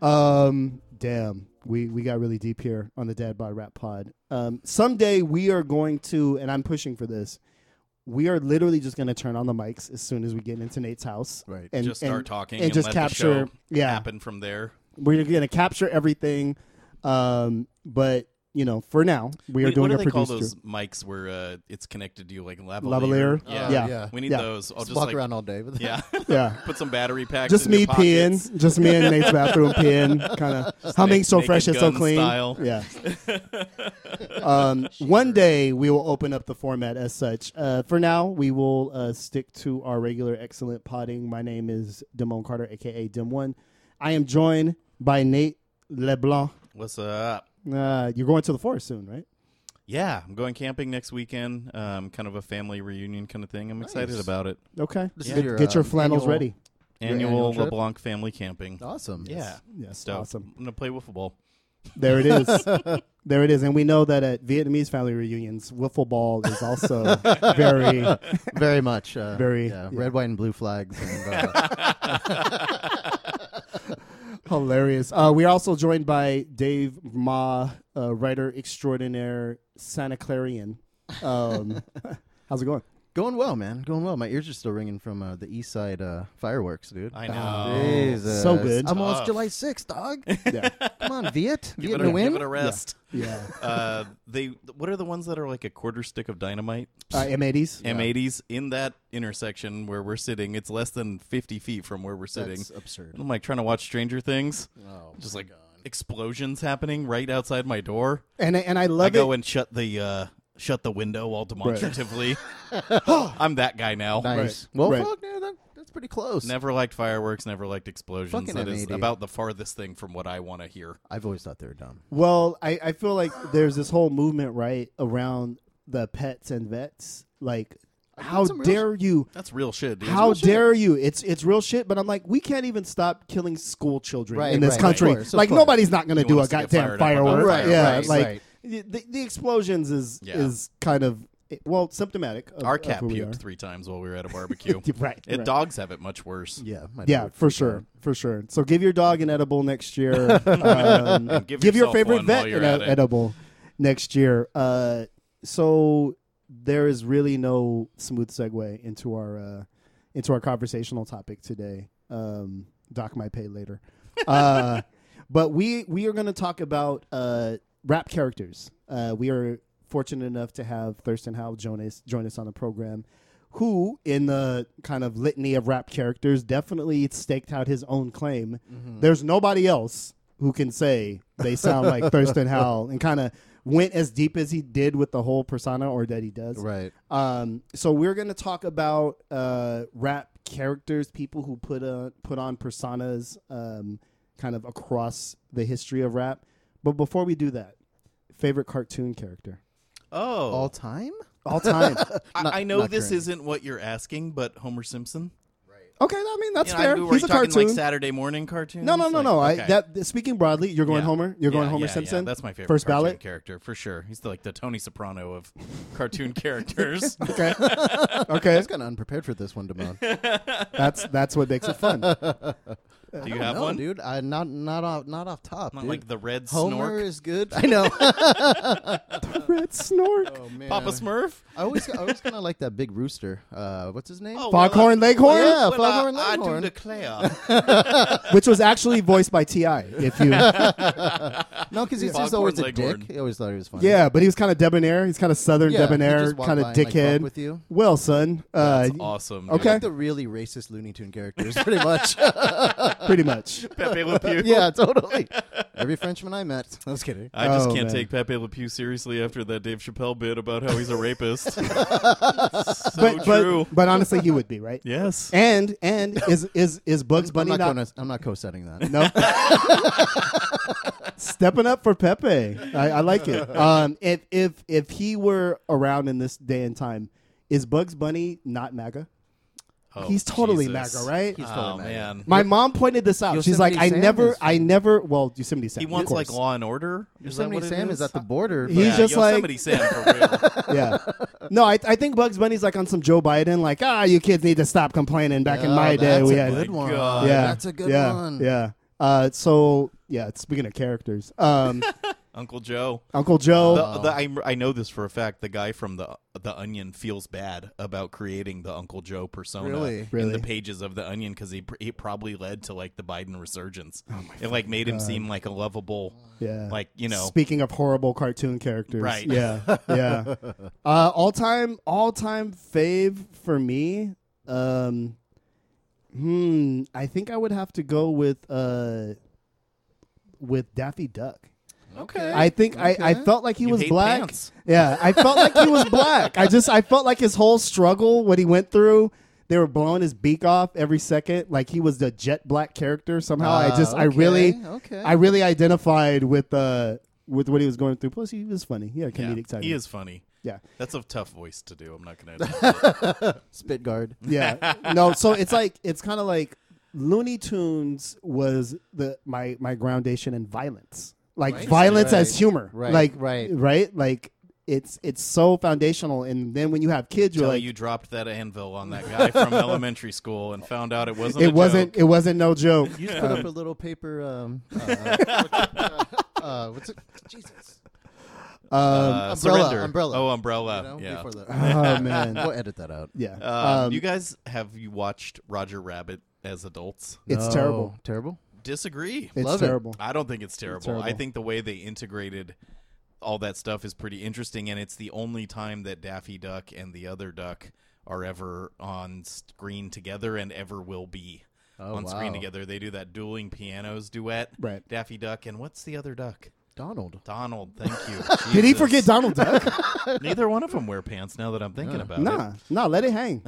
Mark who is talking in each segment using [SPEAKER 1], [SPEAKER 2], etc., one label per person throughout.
[SPEAKER 1] Um, damn, we we got really deep here on the Dad Bod Rap Pod. Um, someday we are going to, and I'm pushing for this. We are literally just going to turn on the mics as soon as we get into Nate's house,
[SPEAKER 2] Right.
[SPEAKER 1] And
[SPEAKER 3] just
[SPEAKER 1] and-
[SPEAKER 3] start talking
[SPEAKER 1] and,
[SPEAKER 3] and,
[SPEAKER 1] just
[SPEAKER 3] let
[SPEAKER 1] capture.
[SPEAKER 3] the show
[SPEAKER 1] yeah,
[SPEAKER 3] happen from there.
[SPEAKER 1] we're going to capture everything. Um, but you know, for now, we are
[SPEAKER 3] What-
[SPEAKER 1] doing
[SPEAKER 3] what
[SPEAKER 1] a
[SPEAKER 3] do they call
[SPEAKER 1] producer.
[SPEAKER 3] those mics where uh, it's connected to you like lavalier?
[SPEAKER 1] Lavalier?
[SPEAKER 3] Yeah.
[SPEAKER 2] Uh,
[SPEAKER 1] yeah.
[SPEAKER 2] yeah.
[SPEAKER 3] We need
[SPEAKER 1] Yeah.
[SPEAKER 3] those. I'll
[SPEAKER 2] Just
[SPEAKER 3] just
[SPEAKER 2] walk
[SPEAKER 3] like,
[SPEAKER 2] around all day with
[SPEAKER 3] Yeah.
[SPEAKER 1] Yeah.
[SPEAKER 3] Put some battery packs.
[SPEAKER 1] Just
[SPEAKER 3] in your
[SPEAKER 1] me
[SPEAKER 3] pockets.
[SPEAKER 1] peeing, just me in Nate's bathroom peeing, kind of humming
[SPEAKER 3] naked-
[SPEAKER 1] so fresh and
[SPEAKER 3] naked
[SPEAKER 1] so
[SPEAKER 3] gun
[SPEAKER 1] clean.
[SPEAKER 3] style.
[SPEAKER 1] Yeah. um, one day we will open up the format as such. Uh, for now, we will uh, stick to our regular excellent potting. My name is Damone Carter, aka Dim One. I am joined by Nate LeBlanc.
[SPEAKER 3] What's up?
[SPEAKER 1] Uh, you're going to the forest soon, right?
[SPEAKER 3] Yeah, I'm going camping next weekend. Um, kind of a family reunion kind of thing. I'm excited
[SPEAKER 2] Nice.
[SPEAKER 3] about it.
[SPEAKER 1] Okay.
[SPEAKER 2] This
[SPEAKER 1] Get,
[SPEAKER 2] is your,
[SPEAKER 1] get your
[SPEAKER 2] um,
[SPEAKER 1] flannels
[SPEAKER 2] annual-
[SPEAKER 1] ready.
[SPEAKER 2] Your
[SPEAKER 3] Annual,
[SPEAKER 2] annual trip?
[SPEAKER 3] LeBlanc family camping.
[SPEAKER 2] Awesome.
[SPEAKER 3] Yeah.
[SPEAKER 1] Yes,
[SPEAKER 3] Dope.
[SPEAKER 1] awesome.
[SPEAKER 3] I'm gonna play wiffle ball.
[SPEAKER 1] There it is. there it is. And we know that at Vietnamese family reunions, wiffle ball is also very.
[SPEAKER 2] Very much. Uh,
[SPEAKER 1] Very,
[SPEAKER 2] yeah,
[SPEAKER 1] yeah.
[SPEAKER 2] Red, white, and blue flags. And, uh,
[SPEAKER 1] Hilarious. Uh, we are also joined by Dave Ma, uh, writer extraordinaire, Santa Clarion. Um, how's it going?
[SPEAKER 2] going well, man. Going well. My ears are still ringing from uh, the East Side uh, fireworks, dude.
[SPEAKER 3] I know.
[SPEAKER 2] Jesus.
[SPEAKER 1] So good.
[SPEAKER 2] I'm almost
[SPEAKER 3] Tough.
[SPEAKER 2] July 6th, dog.
[SPEAKER 1] Yeah,
[SPEAKER 2] Come on, Viet.
[SPEAKER 3] Give
[SPEAKER 2] Viet
[SPEAKER 3] it,
[SPEAKER 2] Nguyen.
[SPEAKER 3] a, give it a rest.
[SPEAKER 1] yeah.
[SPEAKER 3] uh, they what are the ones that are like a quarter stick of dynamite?
[SPEAKER 1] Uh, M80s.
[SPEAKER 3] M80s in that intersection where we're sitting. It's less than 50 feet from where we're sitting.
[SPEAKER 2] That's absurd.
[SPEAKER 3] And I'm like trying to watch Stranger Things. just like explosions happening right outside my door.
[SPEAKER 1] And I- and I
[SPEAKER 3] I
[SPEAKER 1] love
[SPEAKER 3] go
[SPEAKER 1] it.
[SPEAKER 3] and shut the uh, shut the window all demonstratively. I'm that guy now.
[SPEAKER 2] Nice.
[SPEAKER 1] Right.
[SPEAKER 2] Well,
[SPEAKER 1] Right.
[SPEAKER 2] fuck, man, that, that's pretty close.
[SPEAKER 3] Never liked fireworks. Never liked explosions.
[SPEAKER 2] Fucking
[SPEAKER 3] that is
[SPEAKER 2] M80.
[SPEAKER 3] about the farthest thing from what I want to hear.
[SPEAKER 2] I've always thought they were dumb.
[SPEAKER 1] Well, I, I feel like there's this whole movement right around the pets and vets. Like, how
[SPEAKER 2] some real
[SPEAKER 1] dare you?
[SPEAKER 3] That's real shit. Dude.
[SPEAKER 1] How dare you? It's it's real shit. But I'm like, we can't even stop killing school children
[SPEAKER 2] Right,
[SPEAKER 1] in this
[SPEAKER 2] right, of
[SPEAKER 1] country.
[SPEAKER 2] course, of
[SPEAKER 1] like
[SPEAKER 2] course.
[SPEAKER 1] nobody's not going to
[SPEAKER 3] You
[SPEAKER 1] do
[SPEAKER 3] want
[SPEAKER 1] a
[SPEAKER 3] us to get
[SPEAKER 1] goddamn
[SPEAKER 3] fired up about
[SPEAKER 1] firework.
[SPEAKER 2] Right,
[SPEAKER 1] yeah,
[SPEAKER 2] right,
[SPEAKER 1] like
[SPEAKER 2] right.
[SPEAKER 1] The, the the explosions is
[SPEAKER 3] Yeah.
[SPEAKER 1] is kind of well symptomatic. Of,
[SPEAKER 3] Our
[SPEAKER 1] of
[SPEAKER 3] cat
[SPEAKER 1] who we are.
[SPEAKER 3] puked three times while we were at a barbecue.
[SPEAKER 1] Right,
[SPEAKER 3] And
[SPEAKER 1] right.
[SPEAKER 3] dogs have it much worse.
[SPEAKER 2] Yeah. my
[SPEAKER 1] Yeah,
[SPEAKER 2] dog.
[SPEAKER 1] for sure, for sure. So give your dog an edible next year. Um,
[SPEAKER 3] give
[SPEAKER 1] your
[SPEAKER 3] yourself
[SPEAKER 1] favorite
[SPEAKER 3] one
[SPEAKER 1] vet
[SPEAKER 3] while you're
[SPEAKER 1] an
[SPEAKER 3] at it.
[SPEAKER 1] edible next year. Uh, so there is really no smooth segue into our uh, into our conversational topic today. Um, doc my pay later, uh, but we we are going to talk about uh, rap characters. Uh, we are fortunate enough to have Thurston Howe join us join us on the program. Who, in the kind of litany of rap characters, definitely staked out his own claim. There's nobody else who can say they sound like Thurston Howell and kind of went as deep as he did with the whole persona or that he does.
[SPEAKER 2] Right.
[SPEAKER 1] Um, so we're going to talk about uh, rap characters, people who put a, put on personas um, kind of across the history of rap. But before we do that, favorite cartoon character?
[SPEAKER 3] Oh,
[SPEAKER 2] All time?
[SPEAKER 1] All time.
[SPEAKER 3] I, I know
[SPEAKER 2] not
[SPEAKER 3] this
[SPEAKER 2] currently.
[SPEAKER 3] isn't what you're asking, but Homer Simpson.
[SPEAKER 1] okay, I mean that's
[SPEAKER 3] You know, I
[SPEAKER 1] fair.
[SPEAKER 3] knew we were
[SPEAKER 1] He's a
[SPEAKER 3] talking
[SPEAKER 1] cartoon.
[SPEAKER 3] like Saturday morning cartoons.
[SPEAKER 1] no, no, no,
[SPEAKER 3] like-
[SPEAKER 1] no. I,
[SPEAKER 3] okay.
[SPEAKER 1] that speaking broadly, you're going
[SPEAKER 3] Yeah.
[SPEAKER 1] Homer. You're going
[SPEAKER 3] Yeah,
[SPEAKER 1] Homer
[SPEAKER 3] yeah, yeah.
[SPEAKER 1] Simpson.
[SPEAKER 3] That's my favorite
[SPEAKER 1] First
[SPEAKER 3] cartoon
[SPEAKER 1] ballot.
[SPEAKER 3] character for sure. He's like the Tony Soprano of cartoon characters.
[SPEAKER 1] Okay. okay.
[SPEAKER 2] I was kind of unprepared for this one, Damon.
[SPEAKER 1] That's that's what makes it fun.
[SPEAKER 3] Do you have
[SPEAKER 2] no,
[SPEAKER 3] one?
[SPEAKER 2] dude. I not not off not off top.
[SPEAKER 3] Not
[SPEAKER 2] dude.
[SPEAKER 3] like the red
[SPEAKER 2] Homer
[SPEAKER 3] snork.
[SPEAKER 2] is good. I know.
[SPEAKER 1] Red Snork.
[SPEAKER 2] oh man.
[SPEAKER 3] Papa Smurf.
[SPEAKER 2] I always I always kind of like that big rooster. Uh, what's his name?
[SPEAKER 3] Oh,
[SPEAKER 1] Foghorn Leghorn,
[SPEAKER 2] yeah,
[SPEAKER 3] Well,
[SPEAKER 2] Foghorn
[SPEAKER 3] I, I do
[SPEAKER 2] Leghorn.
[SPEAKER 3] declare.
[SPEAKER 1] which was actually voiced by Ti. If you,
[SPEAKER 2] No, because he's,
[SPEAKER 3] Foghorn
[SPEAKER 2] he's always a
[SPEAKER 3] Leghorn.
[SPEAKER 2] dick. He always thought he was funny.
[SPEAKER 1] yeah, but he was kind of debonair. He's kind of southern
[SPEAKER 2] Yeah, he
[SPEAKER 1] debonair,
[SPEAKER 2] just walked
[SPEAKER 1] kind of
[SPEAKER 2] by and, like,
[SPEAKER 1] dickhead.
[SPEAKER 2] fucked with you.
[SPEAKER 1] Well, son, uh,
[SPEAKER 3] Awesome.
[SPEAKER 1] Okay.
[SPEAKER 2] Like the really racist Looney Tune characters, pretty much.
[SPEAKER 1] pretty much.
[SPEAKER 3] Pepe Le Pew.
[SPEAKER 2] yeah, totally. Every Frenchman I met. I was kidding.
[SPEAKER 3] I just
[SPEAKER 1] Oh,
[SPEAKER 3] can't
[SPEAKER 1] man.
[SPEAKER 3] take Pepe Le Pew seriously after that Dave Chappelle bit about how he's a rapist. so
[SPEAKER 1] but,
[SPEAKER 3] true.
[SPEAKER 1] but but honestly, he would be right.
[SPEAKER 3] yes.
[SPEAKER 1] And and is is is Bugs
[SPEAKER 2] I'm
[SPEAKER 1] Bunny
[SPEAKER 2] not,
[SPEAKER 1] not,
[SPEAKER 2] gonna, I'm not co-setting that.
[SPEAKER 1] no stepping up for Pepe? I, I like it. Um, if if if he were around in this day and time, is Bugs Bunny not MAGA?
[SPEAKER 3] Oh,
[SPEAKER 1] he's totally
[SPEAKER 3] Jesus.
[SPEAKER 1] MAGA, right? Ah,
[SPEAKER 2] He's
[SPEAKER 3] oh
[SPEAKER 2] totally MAGA.
[SPEAKER 3] man.
[SPEAKER 1] My mom pointed this out. She's like,
[SPEAKER 2] Yosemite
[SPEAKER 1] I
[SPEAKER 2] Sam
[SPEAKER 1] never,
[SPEAKER 2] is-
[SPEAKER 1] I never. Well, Yosemite Sam.
[SPEAKER 3] He
[SPEAKER 1] of
[SPEAKER 3] wants like
[SPEAKER 1] course.
[SPEAKER 3] law and order. Is that
[SPEAKER 2] Yosemite
[SPEAKER 3] what it
[SPEAKER 2] Sam is at the border.
[SPEAKER 1] He's
[SPEAKER 3] yeah,
[SPEAKER 1] just like-
[SPEAKER 3] Yosemite Sam for real.
[SPEAKER 1] yeah. No, I, I think Bugs Bunny's like on some Joe Biden, like, ah, you kids need to stop complaining. Back in
[SPEAKER 2] Oh,
[SPEAKER 1] my day,
[SPEAKER 2] that's
[SPEAKER 1] eh, we
[SPEAKER 2] a
[SPEAKER 1] had
[SPEAKER 2] good one.
[SPEAKER 3] God.
[SPEAKER 1] yeah,
[SPEAKER 2] that's a good
[SPEAKER 1] yeah,
[SPEAKER 2] one.
[SPEAKER 1] Yeah. Uh, so yeah, speaking of characters, um,
[SPEAKER 3] Uncle Joe.
[SPEAKER 1] Uncle Joe.
[SPEAKER 3] The, the, I, I know this for a fact. The guy from the the Onion feels bad about creating the Uncle Joe persona
[SPEAKER 2] Really?
[SPEAKER 3] in
[SPEAKER 1] Really?
[SPEAKER 3] the pages of the Onion because he pr- it probably led to like the Biden resurgence.
[SPEAKER 1] Oh
[SPEAKER 3] it like made him seem like a lovable,
[SPEAKER 1] yeah.
[SPEAKER 3] like you know,
[SPEAKER 1] Speaking of horrible cartoon characters,
[SPEAKER 3] Right.
[SPEAKER 1] Yeah, yeah. uh, all time, all time fave for me. Um, hmm, I think I would have to go with uh, with Daffy Duck.
[SPEAKER 3] okay.
[SPEAKER 1] I think I, I felt like he
[SPEAKER 3] You
[SPEAKER 1] was
[SPEAKER 3] hate
[SPEAKER 1] black.
[SPEAKER 3] pants.
[SPEAKER 1] Yeah, I felt like he was black. I just I felt like his whole struggle, what he went through, they were blowing his beak off every second. Like he was the jet black character somehow. I
[SPEAKER 2] Ah,
[SPEAKER 1] just I
[SPEAKER 2] okay,
[SPEAKER 1] really
[SPEAKER 2] okay.
[SPEAKER 1] I really identified with uh with what he was going through. Plus he was funny. He had
[SPEAKER 3] Yeah,
[SPEAKER 1] comedic timing.
[SPEAKER 3] he is funny.
[SPEAKER 1] Yeah.
[SPEAKER 3] That's a tough voice to do. I'm not gonna. admit it.
[SPEAKER 2] Spit guard.
[SPEAKER 1] Yeah. no, so it's like it's kind of like Looney Tunes was the my my groundation in violence. Like
[SPEAKER 2] Right.
[SPEAKER 1] violence
[SPEAKER 2] Right.
[SPEAKER 1] as humor.
[SPEAKER 2] Right,
[SPEAKER 1] Like
[SPEAKER 2] right.
[SPEAKER 1] right? Like it's it's so foundational and then when you have kids you're
[SPEAKER 3] Until
[SPEAKER 1] like
[SPEAKER 3] you dropped that anvil on that guy from elementary school and found out it wasn't. a
[SPEAKER 1] it wasn't
[SPEAKER 3] joke.
[SPEAKER 1] it wasn't no joke.
[SPEAKER 2] You just put up a little paper. Um, uh, uh, what's it? Jesus.
[SPEAKER 3] Uh,
[SPEAKER 2] Umbrella,
[SPEAKER 3] surrender.
[SPEAKER 2] umbrella.
[SPEAKER 3] Oh, umbrella.
[SPEAKER 2] You know,
[SPEAKER 3] yeah.
[SPEAKER 2] before the-
[SPEAKER 1] oh man.
[SPEAKER 2] we'll edit that out.
[SPEAKER 1] Yeah.
[SPEAKER 3] Uh,
[SPEAKER 1] um,
[SPEAKER 3] you guys have you watched Roger Rabbit as adults?
[SPEAKER 1] it's
[SPEAKER 2] No.
[SPEAKER 1] terrible.
[SPEAKER 2] Terrible.
[SPEAKER 3] Disagree.
[SPEAKER 1] It's
[SPEAKER 2] Love it.
[SPEAKER 1] terrible.
[SPEAKER 3] I don't think it's terrible. I
[SPEAKER 1] terrible.
[SPEAKER 3] think the way they integrated all that stuff is pretty interesting, and it's the only time that Daffy Duck and the other duck are ever on screen together and ever will be
[SPEAKER 2] Oh,
[SPEAKER 3] on screen
[SPEAKER 2] wow.
[SPEAKER 3] together. They do that dueling pianos duet,
[SPEAKER 1] Right.
[SPEAKER 3] Daffy Duck and what's the other duck?
[SPEAKER 2] Donald.
[SPEAKER 3] Donald. Thank you.
[SPEAKER 1] Did he
[SPEAKER 3] Jesus.
[SPEAKER 1] forget Donald Duck?
[SPEAKER 3] Neither one of them wear pants. Now that I'm thinking about it,
[SPEAKER 1] nah, nah. Let it hang.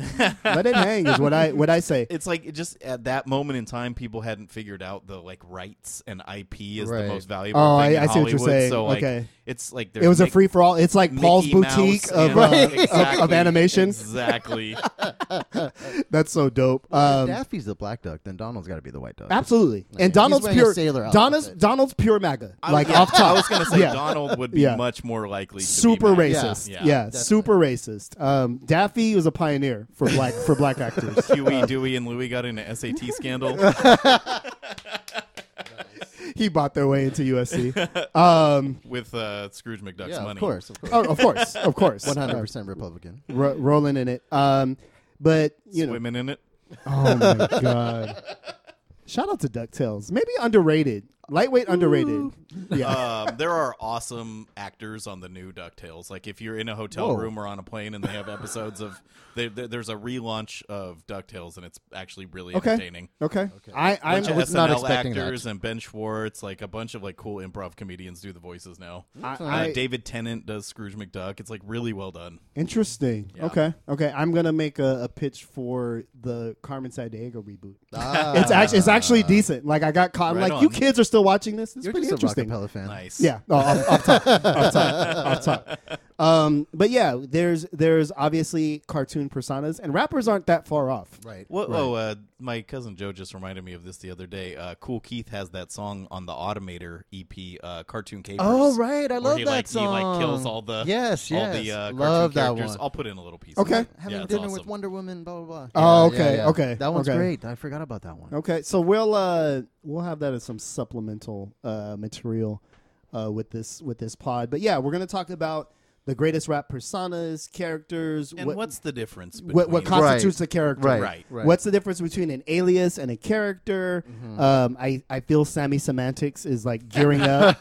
[SPEAKER 1] let it hang is what I what I say.
[SPEAKER 3] it's like it just at that moment in time, people hadn't figured out the like rights and IP is
[SPEAKER 2] Right.
[SPEAKER 3] the most valuable.
[SPEAKER 1] Oh,
[SPEAKER 3] thing
[SPEAKER 1] I-
[SPEAKER 3] in
[SPEAKER 1] I see what you're
[SPEAKER 3] Hollywood.
[SPEAKER 1] saying.
[SPEAKER 3] So like,
[SPEAKER 1] Okay.
[SPEAKER 3] it's like
[SPEAKER 1] It was a
[SPEAKER 3] there's
[SPEAKER 1] free for all. It's like
[SPEAKER 3] Mickey
[SPEAKER 1] Paul's
[SPEAKER 3] Mouse
[SPEAKER 1] boutique
[SPEAKER 3] and-
[SPEAKER 1] of, uh,
[SPEAKER 3] exactly,
[SPEAKER 1] of of animation.
[SPEAKER 3] Exactly.
[SPEAKER 1] That's so dope.
[SPEAKER 2] Well, if
[SPEAKER 1] Um,
[SPEAKER 2] Daffy's the black duck, then Donald's got to be the white duck.
[SPEAKER 1] absolutely. And
[SPEAKER 2] he's
[SPEAKER 1] Donald's
[SPEAKER 2] wearing a
[SPEAKER 1] pure
[SPEAKER 2] sailor outfit.
[SPEAKER 1] Donald's Donald's pure MAGA.
[SPEAKER 3] I-
[SPEAKER 1] like
[SPEAKER 3] yeah,
[SPEAKER 1] off top.
[SPEAKER 3] I was gonna say
[SPEAKER 1] Yeah.
[SPEAKER 3] Donald would be
[SPEAKER 1] Yeah.
[SPEAKER 3] much more likely. To
[SPEAKER 1] super
[SPEAKER 3] be back.
[SPEAKER 1] racist.
[SPEAKER 3] Yeah.
[SPEAKER 1] Yeah,
[SPEAKER 3] Yeah,
[SPEAKER 1] super racist. Um, Daffy was a pioneer for black for black actors.
[SPEAKER 3] Huey, Dewey, and Louie got into SAT scandal.
[SPEAKER 1] he bought their way into USC. Um,
[SPEAKER 3] with uh, Scrooge McDuck's
[SPEAKER 2] yeah,
[SPEAKER 3] money.
[SPEAKER 2] of course, of course.
[SPEAKER 1] oh, of course, of course,
[SPEAKER 2] One hundred percent Republican.
[SPEAKER 1] Uh, ro- rolling in it. Um, but you know,
[SPEAKER 3] Women in it.
[SPEAKER 1] oh my god! Shout out to Ducktales. Maybe underrated, lightweight underrated. Yeah,
[SPEAKER 3] um, there are awesome actors on the new DuckTales. Like if you're in a hotel
[SPEAKER 2] Whoa.
[SPEAKER 3] room or on a plane and they have episodes of, they, there- there's a relaunch of DuckTales and it's actually really
[SPEAKER 1] Okay.
[SPEAKER 3] entertaining.
[SPEAKER 1] okay. I I'm,
[SPEAKER 3] Bunch of
[SPEAKER 2] was not
[SPEAKER 3] SNL
[SPEAKER 2] expecting that.
[SPEAKER 3] actors and Ben Schwartz, like a bunch of like cool improv comedians do the voices now.
[SPEAKER 1] I-
[SPEAKER 3] Uh,
[SPEAKER 1] I-
[SPEAKER 3] David Tennant does Scrooge McDuck. It's like really well done.
[SPEAKER 1] interesting.
[SPEAKER 3] Yeah.
[SPEAKER 1] Okay, okay. I'm gonna make a, a pitch for the Carmen Sandiego reboot.
[SPEAKER 2] Ah,
[SPEAKER 1] It's actually it's actually decent. Like I got caught. I'm
[SPEAKER 3] Right
[SPEAKER 1] like,
[SPEAKER 3] on.
[SPEAKER 1] you kids are still watching this. It's
[SPEAKER 2] You're
[SPEAKER 1] pretty
[SPEAKER 2] just a
[SPEAKER 1] interesting.
[SPEAKER 2] Rockefeller fan.
[SPEAKER 3] Nice.
[SPEAKER 1] Yeah, no, off, off top, off top, off top. Um, but yeah, there's there's obviously cartoon personas, and rappers aren't that far off.
[SPEAKER 2] Right.
[SPEAKER 3] What, Oh, uh, my cousin Joe just reminded me of this the other day. Uh, cool Keith has that song on the Automator EP, uh, Cartoon Capers.
[SPEAKER 2] Oh right, I
[SPEAKER 3] where
[SPEAKER 2] love
[SPEAKER 3] he,
[SPEAKER 2] that
[SPEAKER 3] like,
[SPEAKER 2] song.
[SPEAKER 3] He like kills all the
[SPEAKER 2] yes, yes.
[SPEAKER 3] all the uh,
[SPEAKER 2] love
[SPEAKER 3] cartoon
[SPEAKER 2] that
[SPEAKER 3] characters.
[SPEAKER 2] one.
[SPEAKER 3] I'll put in a little piece.
[SPEAKER 1] Okay.
[SPEAKER 3] of it.
[SPEAKER 2] Having
[SPEAKER 3] yeah, it's
[SPEAKER 2] dinner with
[SPEAKER 3] awesome.
[SPEAKER 2] Wonder Woman, blah blah blah.
[SPEAKER 1] Oh,
[SPEAKER 2] Yeah, yeah,
[SPEAKER 1] okay,
[SPEAKER 2] yeah.
[SPEAKER 1] okay,
[SPEAKER 2] That one's
[SPEAKER 1] okay.
[SPEAKER 2] great. I forgot about that one.
[SPEAKER 1] Okay, so we'll uh we'll have that as some supplemental uh material uh with this with this pod. But yeah, we're gonna talk about the greatest rap personas, characters,
[SPEAKER 3] And
[SPEAKER 1] what
[SPEAKER 3] what's the difference? Between
[SPEAKER 1] what, what constitutes
[SPEAKER 2] Right.
[SPEAKER 1] a character.
[SPEAKER 2] Right.
[SPEAKER 3] Right.
[SPEAKER 2] Right.
[SPEAKER 1] What's the difference between an alias and a character?
[SPEAKER 3] Mm-hmm.
[SPEAKER 1] Um, I I feel Sammy Semantics is like gearing up.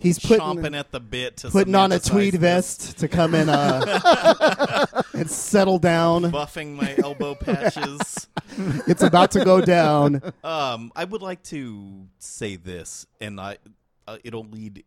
[SPEAKER 1] He's putting
[SPEAKER 3] chomping at the bit to
[SPEAKER 1] putting on a
[SPEAKER 3] semanticize
[SPEAKER 1] tweed
[SPEAKER 3] this?
[SPEAKER 1] vest to come and uh, and settle down.
[SPEAKER 3] buffing my elbow patches.
[SPEAKER 1] It's about to go down.
[SPEAKER 3] Um, I would like to say this, and I, uh, it'll lead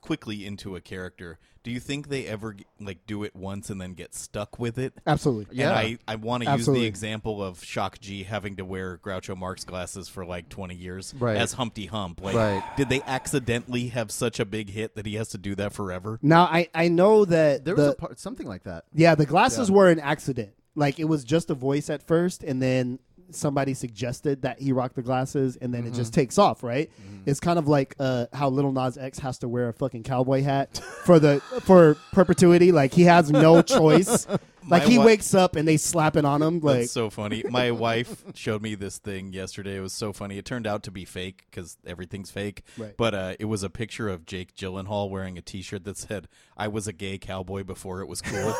[SPEAKER 3] quickly into a character. Do you think they ever g- like do it once and then get stuck with it?
[SPEAKER 1] Absolutely.
[SPEAKER 2] Yeah.
[SPEAKER 3] And I, I want to use the
[SPEAKER 1] Absolutely.
[SPEAKER 3] example of Shock G having to wear Groucho Marx glasses for like 20 years
[SPEAKER 2] Right.
[SPEAKER 3] as Humpty Hump. Like,
[SPEAKER 2] Right.
[SPEAKER 3] did they accidentally have such a big hit that he has to do that forever?
[SPEAKER 1] Now I I know that
[SPEAKER 2] There
[SPEAKER 1] the,
[SPEAKER 2] was a part, something like that.
[SPEAKER 1] Yeah, the glasses were an accident. Like it was just a voice at first, and then somebody suggested that he rock the glasses, and then it just takes off. Right? It's kind of like uh, how Little Nas X has to wear a fucking cowboy hat for the for perpetuity. Like he has no choice. like he
[SPEAKER 3] wi-
[SPEAKER 1] wakes up and they slap it on him. Like
[SPEAKER 3] That's so funny. My wife showed me this thing yesterday. It was so funny. It turned out to be fake because everything's fake.
[SPEAKER 1] Right.
[SPEAKER 3] But uh, it was a picture of Jake Gyllenhaal wearing a T-shirt that said "I was a gay cowboy before it was cool,"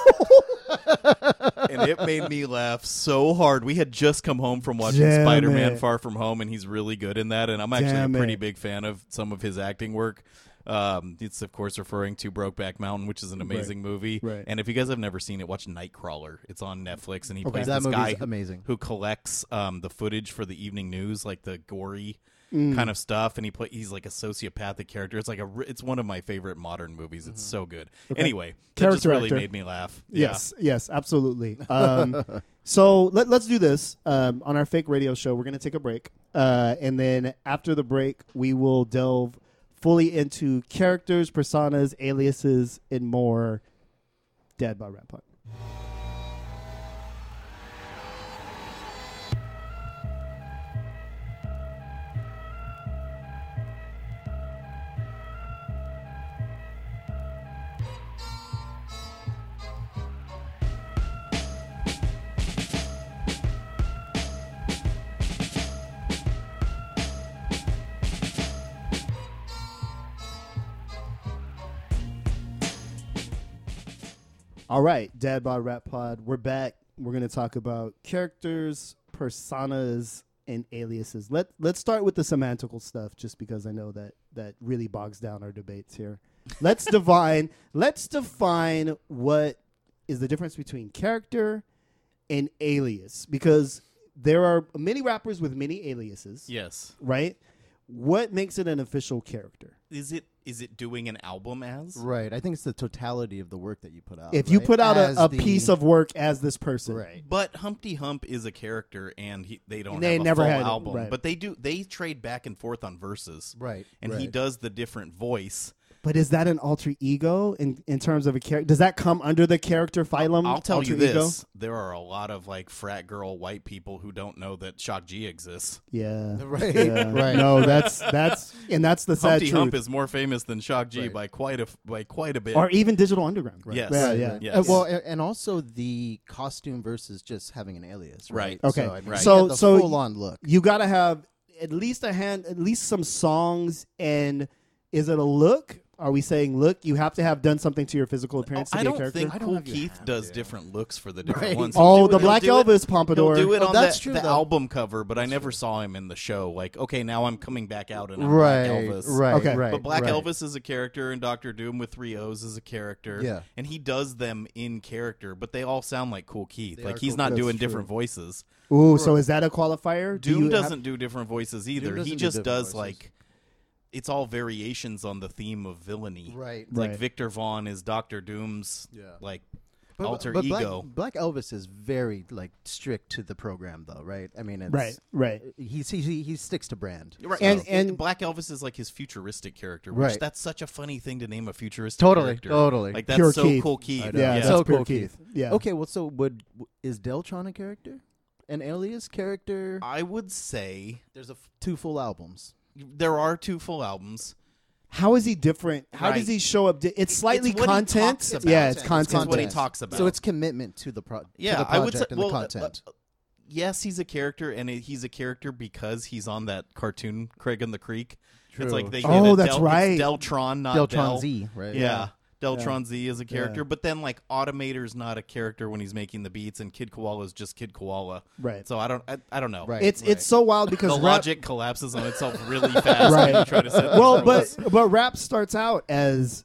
[SPEAKER 3] and it made me laugh so hard. We had just come home from watching
[SPEAKER 1] Damn
[SPEAKER 3] Spider-Man:
[SPEAKER 1] it.
[SPEAKER 3] Far From Home, and he's really good in that. And I'm actually
[SPEAKER 1] Damn
[SPEAKER 3] a pretty
[SPEAKER 1] it.
[SPEAKER 3] big fan of some of his acting work. Um, it's of course referring to Brokeback Mountain, which is an amazing movie.
[SPEAKER 1] Right.
[SPEAKER 3] And if you guys have never seen it, watch Nightcrawler. It's on Netflix, and he plays
[SPEAKER 2] That
[SPEAKER 3] this
[SPEAKER 2] movie's
[SPEAKER 3] guy
[SPEAKER 2] amazing.
[SPEAKER 3] who collects um, the footage for the evening news, like the gory
[SPEAKER 1] Mm.
[SPEAKER 3] kind of stuff, and he play, he's like a sociopathic character. It's like a re- it's one of my favorite modern movies. It's so good. Anyway, that just
[SPEAKER 1] Mm-hmm. Character
[SPEAKER 3] really
[SPEAKER 1] actor.
[SPEAKER 3] made me laugh. Yeah.
[SPEAKER 1] Yes, yes, absolutely. Um, so let, let's do this um, on our fake radio show. We're going to take a break, uh, and then after the break, we will delve fully into characters, personas, aliases, and more. Dad by Rat Punk. All right, Dad Bod Rat Pod. We're back. We're going to talk about characters, personas, and aliases. Let Let's start with the semantical stuff, just because I know that that really bogs down our debates here. Let's define. Let's define what is the difference between character and alias, because there are many rappers with many aliases,
[SPEAKER 3] Yes.
[SPEAKER 1] right? What makes it an official character?
[SPEAKER 3] Is it is it doing an album as?
[SPEAKER 2] Right. I think it's the totality of the work that you put out.
[SPEAKER 1] If you
[SPEAKER 2] right?
[SPEAKER 1] put out
[SPEAKER 2] As
[SPEAKER 1] a, a
[SPEAKER 2] the-
[SPEAKER 1] piece of work as this person,
[SPEAKER 2] right.
[SPEAKER 3] But Humpty Hump is a character, and he, they don't
[SPEAKER 1] And they
[SPEAKER 3] have a
[SPEAKER 1] never
[SPEAKER 3] full
[SPEAKER 1] had it,
[SPEAKER 3] album.
[SPEAKER 1] right.
[SPEAKER 3] But they do. They trade back and forth on verses,
[SPEAKER 2] Right,
[SPEAKER 3] And he
[SPEAKER 2] right.
[SPEAKER 3] does the different voice.
[SPEAKER 1] But is that an alter ego in, in terms of a character? Does that come under the character phylum?
[SPEAKER 3] I'll tell
[SPEAKER 1] alter
[SPEAKER 3] you this:
[SPEAKER 1] Ego?
[SPEAKER 3] there are a lot of like frat girl white people who don't know that Shock G exists.
[SPEAKER 1] Yeah.
[SPEAKER 2] Right.
[SPEAKER 1] Yeah.
[SPEAKER 2] Right.
[SPEAKER 1] No, that's that's and that's the sad
[SPEAKER 3] Humpty
[SPEAKER 1] truth.
[SPEAKER 3] Hump is more famous than Shock G
[SPEAKER 2] Right.
[SPEAKER 3] by quite a by quite a bit.
[SPEAKER 1] or even Digital Underground.
[SPEAKER 3] Yes.
[SPEAKER 1] Yeah.
[SPEAKER 3] Right.
[SPEAKER 1] yeah.
[SPEAKER 3] Yeah.
[SPEAKER 2] Uh, well, a- and also the costume versus just having an alias, right?
[SPEAKER 3] Right.
[SPEAKER 1] Okay.
[SPEAKER 2] So, I mean,
[SPEAKER 3] Right.
[SPEAKER 2] you
[SPEAKER 1] So-
[SPEAKER 2] get the
[SPEAKER 1] so-
[SPEAKER 2] full-on look.
[SPEAKER 1] You got to have at least a hand, at least some songs, and is it a look? Are we saying look? You have to have done something to your physical appearance to
[SPEAKER 3] Oh, I
[SPEAKER 1] be a
[SPEAKER 3] don't
[SPEAKER 1] character.
[SPEAKER 3] think
[SPEAKER 2] I don't
[SPEAKER 3] Cool
[SPEAKER 2] have you
[SPEAKER 3] Keith
[SPEAKER 2] have
[SPEAKER 3] does
[SPEAKER 2] to.
[SPEAKER 3] different looks for the different
[SPEAKER 2] Right.
[SPEAKER 3] ones.
[SPEAKER 1] oh,
[SPEAKER 3] He'll do
[SPEAKER 1] the
[SPEAKER 3] it- he'll
[SPEAKER 1] Black
[SPEAKER 3] do it-
[SPEAKER 1] Elvis pompadour.
[SPEAKER 3] He'll do it
[SPEAKER 2] Oh,
[SPEAKER 3] on
[SPEAKER 2] that's
[SPEAKER 3] the,
[SPEAKER 2] true,
[SPEAKER 3] the
[SPEAKER 2] though.
[SPEAKER 3] album cover, but I never saw him in the show. Like, okay, now I'm coming back out and I'm
[SPEAKER 2] Right.
[SPEAKER 3] Black Elvis.
[SPEAKER 2] Right.
[SPEAKER 1] Okay.
[SPEAKER 2] Right.
[SPEAKER 3] But Black
[SPEAKER 2] right.
[SPEAKER 3] Elvis is a character, and Doctor Doom with three O's is a character.
[SPEAKER 2] Yeah.
[SPEAKER 3] and he does them in character, but they all sound like Cool Keith.
[SPEAKER 2] They
[SPEAKER 3] like
[SPEAKER 2] are
[SPEAKER 3] he's
[SPEAKER 2] Cool
[SPEAKER 3] not
[SPEAKER 1] Keith.
[SPEAKER 3] doing
[SPEAKER 1] That's true.
[SPEAKER 3] different voices.
[SPEAKER 1] Ooh, so is that a qualifier? Do
[SPEAKER 3] Doom
[SPEAKER 1] you have-
[SPEAKER 3] doesn't do different voices either.
[SPEAKER 2] doesn't
[SPEAKER 3] He
[SPEAKER 2] do
[SPEAKER 3] just
[SPEAKER 2] different
[SPEAKER 3] does
[SPEAKER 2] voices.
[SPEAKER 3] like it's all variations on the theme of villainy.
[SPEAKER 2] Right.
[SPEAKER 3] It's Like
[SPEAKER 1] Right.
[SPEAKER 3] Victor Vaughn is Doctor Doom's
[SPEAKER 2] Yeah.
[SPEAKER 3] like
[SPEAKER 2] But,
[SPEAKER 3] alter
[SPEAKER 2] but
[SPEAKER 3] ego.
[SPEAKER 2] Black, Black Elvis is very like strict to the program, though, right? I mean, it's,
[SPEAKER 1] Right. Right.
[SPEAKER 2] He's, he he he sticks to brand.
[SPEAKER 3] Right,
[SPEAKER 1] And-
[SPEAKER 3] and,
[SPEAKER 1] and-
[SPEAKER 3] Black Elvis is like his futuristic character, which
[SPEAKER 2] Right.
[SPEAKER 3] that's such a funny thing to name a futuristic
[SPEAKER 2] Totally,
[SPEAKER 3] character.
[SPEAKER 2] totally.
[SPEAKER 3] Like that's
[SPEAKER 1] Pure
[SPEAKER 3] so
[SPEAKER 1] Keith.
[SPEAKER 3] cool, Keith.
[SPEAKER 1] Yeah,
[SPEAKER 2] know. Yeah.
[SPEAKER 1] that's
[SPEAKER 2] So
[SPEAKER 1] pure
[SPEAKER 2] cool,
[SPEAKER 1] Keith.
[SPEAKER 2] Keith.
[SPEAKER 1] Yeah.
[SPEAKER 2] Okay, well, so would is Deltron a character? An alias character?
[SPEAKER 3] I would say
[SPEAKER 2] There's a f- two full albums.
[SPEAKER 3] there are two full albums.
[SPEAKER 1] How is he different? How
[SPEAKER 3] Right.
[SPEAKER 1] does he show up? Di- it's slightly
[SPEAKER 3] what he
[SPEAKER 1] content.
[SPEAKER 3] talks about.
[SPEAKER 1] yeah, it's
[SPEAKER 3] It's
[SPEAKER 1] content.
[SPEAKER 3] what he talks about.
[SPEAKER 2] So it's commitment to the, pro-
[SPEAKER 3] Yeah,
[SPEAKER 2] to the
[SPEAKER 3] I would say
[SPEAKER 2] project and
[SPEAKER 3] well,
[SPEAKER 2] the
[SPEAKER 3] uh,
[SPEAKER 2] content.
[SPEAKER 3] uh, yes, he's a character, and it- he's a character because he's on that cartoon Craig and the Creek. It's
[SPEAKER 2] True.
[SPEAKER 3] like they
[SPEAKER 1] Oh,
[SPEAKER 3] did a
[SPEAKER 1] that's
[SPEAKER 3] Del-
[SPEAKER 1] right.
[SPEAKER 3] It's Deltron, not
[SPEAKER 2] Deltron
[SPEAKER 3] Del.
[SPEAKER 2] Z, right?
[SPEAKER 3] Yeah.
[SPEAKER 1] Yeah.
[SPEAKER 3] Deltron Z is a character, but then like Automator's not a character when he's making the beats, and Kid Koala's just Kid Koala.
[SPEAKER 1] Right.
[SPEAKER 3] So I don't, I, I don't know.
[SPEAKER 2] Right.
[SPEAKER 1] It's it's so wild because
[SPEAKER 3] The
[SPEAKER 1] rap,
[SPEAKER 3] logic collapses on itself really fast
[SPEAKER 1] Right.
[SPEAKER 3] when you try to set.
[SPEAKER 1] Well,
[SPEAKER 3] these rules.
[SPEAKER 1] but but rap starts out as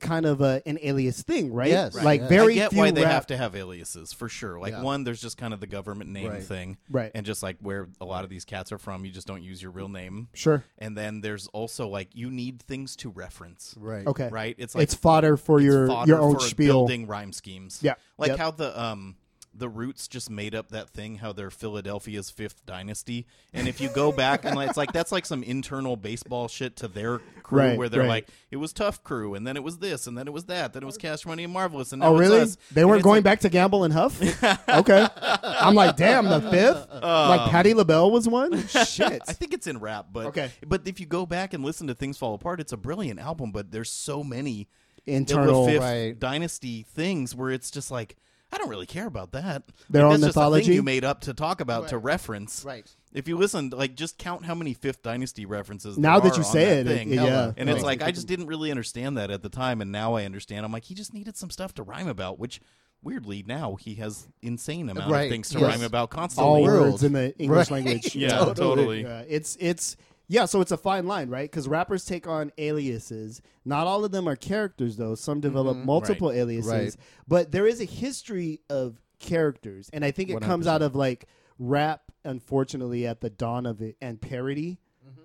[SPEAKER 1] kind of a, an alias thing, right?
[SPEAKER 2] Yes. Right.
[SPEAKER 1] Like
[SPEAKER 2] Yes.
[SPEAKER 1] very
[SPEAKER 3] I get
[SPEAKER 1] few
[SPEAKER 3] why they
[SPEAKER 1] rap-
[SPEAKER 3] have to have aliases for sure. Like
[SPEAKER 2] Yeah.
[SPEAKER 3] one, there's just kind of the government name
[SPEAKER 2] Right.
[SPEAKER 3] thing,
[SPEAKER 1] Right.
[SPEAKER 3] and just like where a lot of these cats are from, you just don't use your real name.
[SPEAKER 1] Sure.
[SPEAKER 3] And then there's also like you need things to reference,
[SPEAKER 2] Right.
[SPEAKER 1] Okay.
[SPEAKER 3] right? It's like
[SPEAKER 1] it's fodder for your
[SPEAKER 3] fodder
[SPEAKER 1] your own
[SPEAKER 3] for
[SPEAKER 1] spiel.
[SPEAKER 3] building rhyme schemes.
[SPEAKER 1] Yeah.
[SPEAKER 3] like
[SPEAKER 1] Yep.
[SPEAKER 3] how the um the Roots just made up that thing how they're Philadelphia's fifth dynasty, and if you go back and like, it's like that's like some internal baseball shit to their crew
[SPEAKER 1] Right,
[SPEAKER 3] where they're
[SPEAKER 1] right.
[SPEAKER 3] like it was Tough Crew, and then it was this, and then it was that, then it was Cash Money and Marvelous, and now
[SPEAKER 1] Oh,
[SPEAKER 3] it's
[SPEAKER 1] really?
[SPEAKER 3] us.
[SPEAKER 1] They
[SPEAKER 3] And
[SPEAKER 1] weren't
[SPEAKER 3] it's
[SPEAKER 1] going
[SPEAKER 3] like,
[SPEAKER 1] back to Gamble and Huff? okay. I'm like, damn, the fifth?
[SPEAKER 3] Oh.
[SPEAKER 1] like, Patty LaBelle was one? Shit.
[SPEAKER 3] I think it's in rap, but
[SPEAKER 1] Okay.
[SPEAKER 3] But if you go back and listen to Things Fall Apart, it's a brilliant album, but there's so many
[SPEAKER 1] Internal.
[SPEAKER 3] the Fifth
[SPEAKER 2] right.
[SPEAKER 3] Dynasty things where it's just like I don't really care about that.
[SPEAKER 1] Their
[SPEAKER 3] like,
[SPEAKER 1] own
[SPEAKER 3] that's just a thing
[SPEAKER 1] mythology?
[SPEAKER 3] you made up to talk about to reference.
[SPEAKER 2] Right.
[SPEAKER 3] If you listen, like just count how many Fifth Dynasty references.
[SPEAKER 1] Now
[SPEAKER 3] there
[SPEAKER 1] that
[SPEAKER 3] are
[SPEAKER 1] you
[SPEAKER 3] on
[SPEAKER 1] say
[SPEAKER 3] that
[SPEAKER 1] it, it-
[SPEAKER 3] thing.
[SPEAKER 1] it- yeah.
[SPEAKER 3] And
[SPEAKER 1] Yeah.
[SPEAKER 3] it's like I just didn't really understand that at the time, and now I understand. I'm like he just needed some stuff to rhyme about, which. Weirdly, now he has insane amount
[SPEAKER 2] Right,
[SPEAKER 3] of things to
[SPEAKER 2] yes.
[SPEAKER 3] rhyme about constantly.
[SPEAKER 1] All
[SPEAKER 2] world.
[SPEAKER 1] words in the English
[SPEAKER 2] Right.
[SPEAKER 1] language.
[SPEAKER 3] Yeah, totally.
[SPEAKER 1] Yeah, it's it's yeah. So it's a fine line, right? Because rappers take on aliases. Not all of them are characters, though. Some develop multiple aliases,
[SPEAKER 2] Right.
[SPEAKER 1] but there is a history of characters, and I think it comes out of like rap. Unfortunately, at the dawn of it, and parody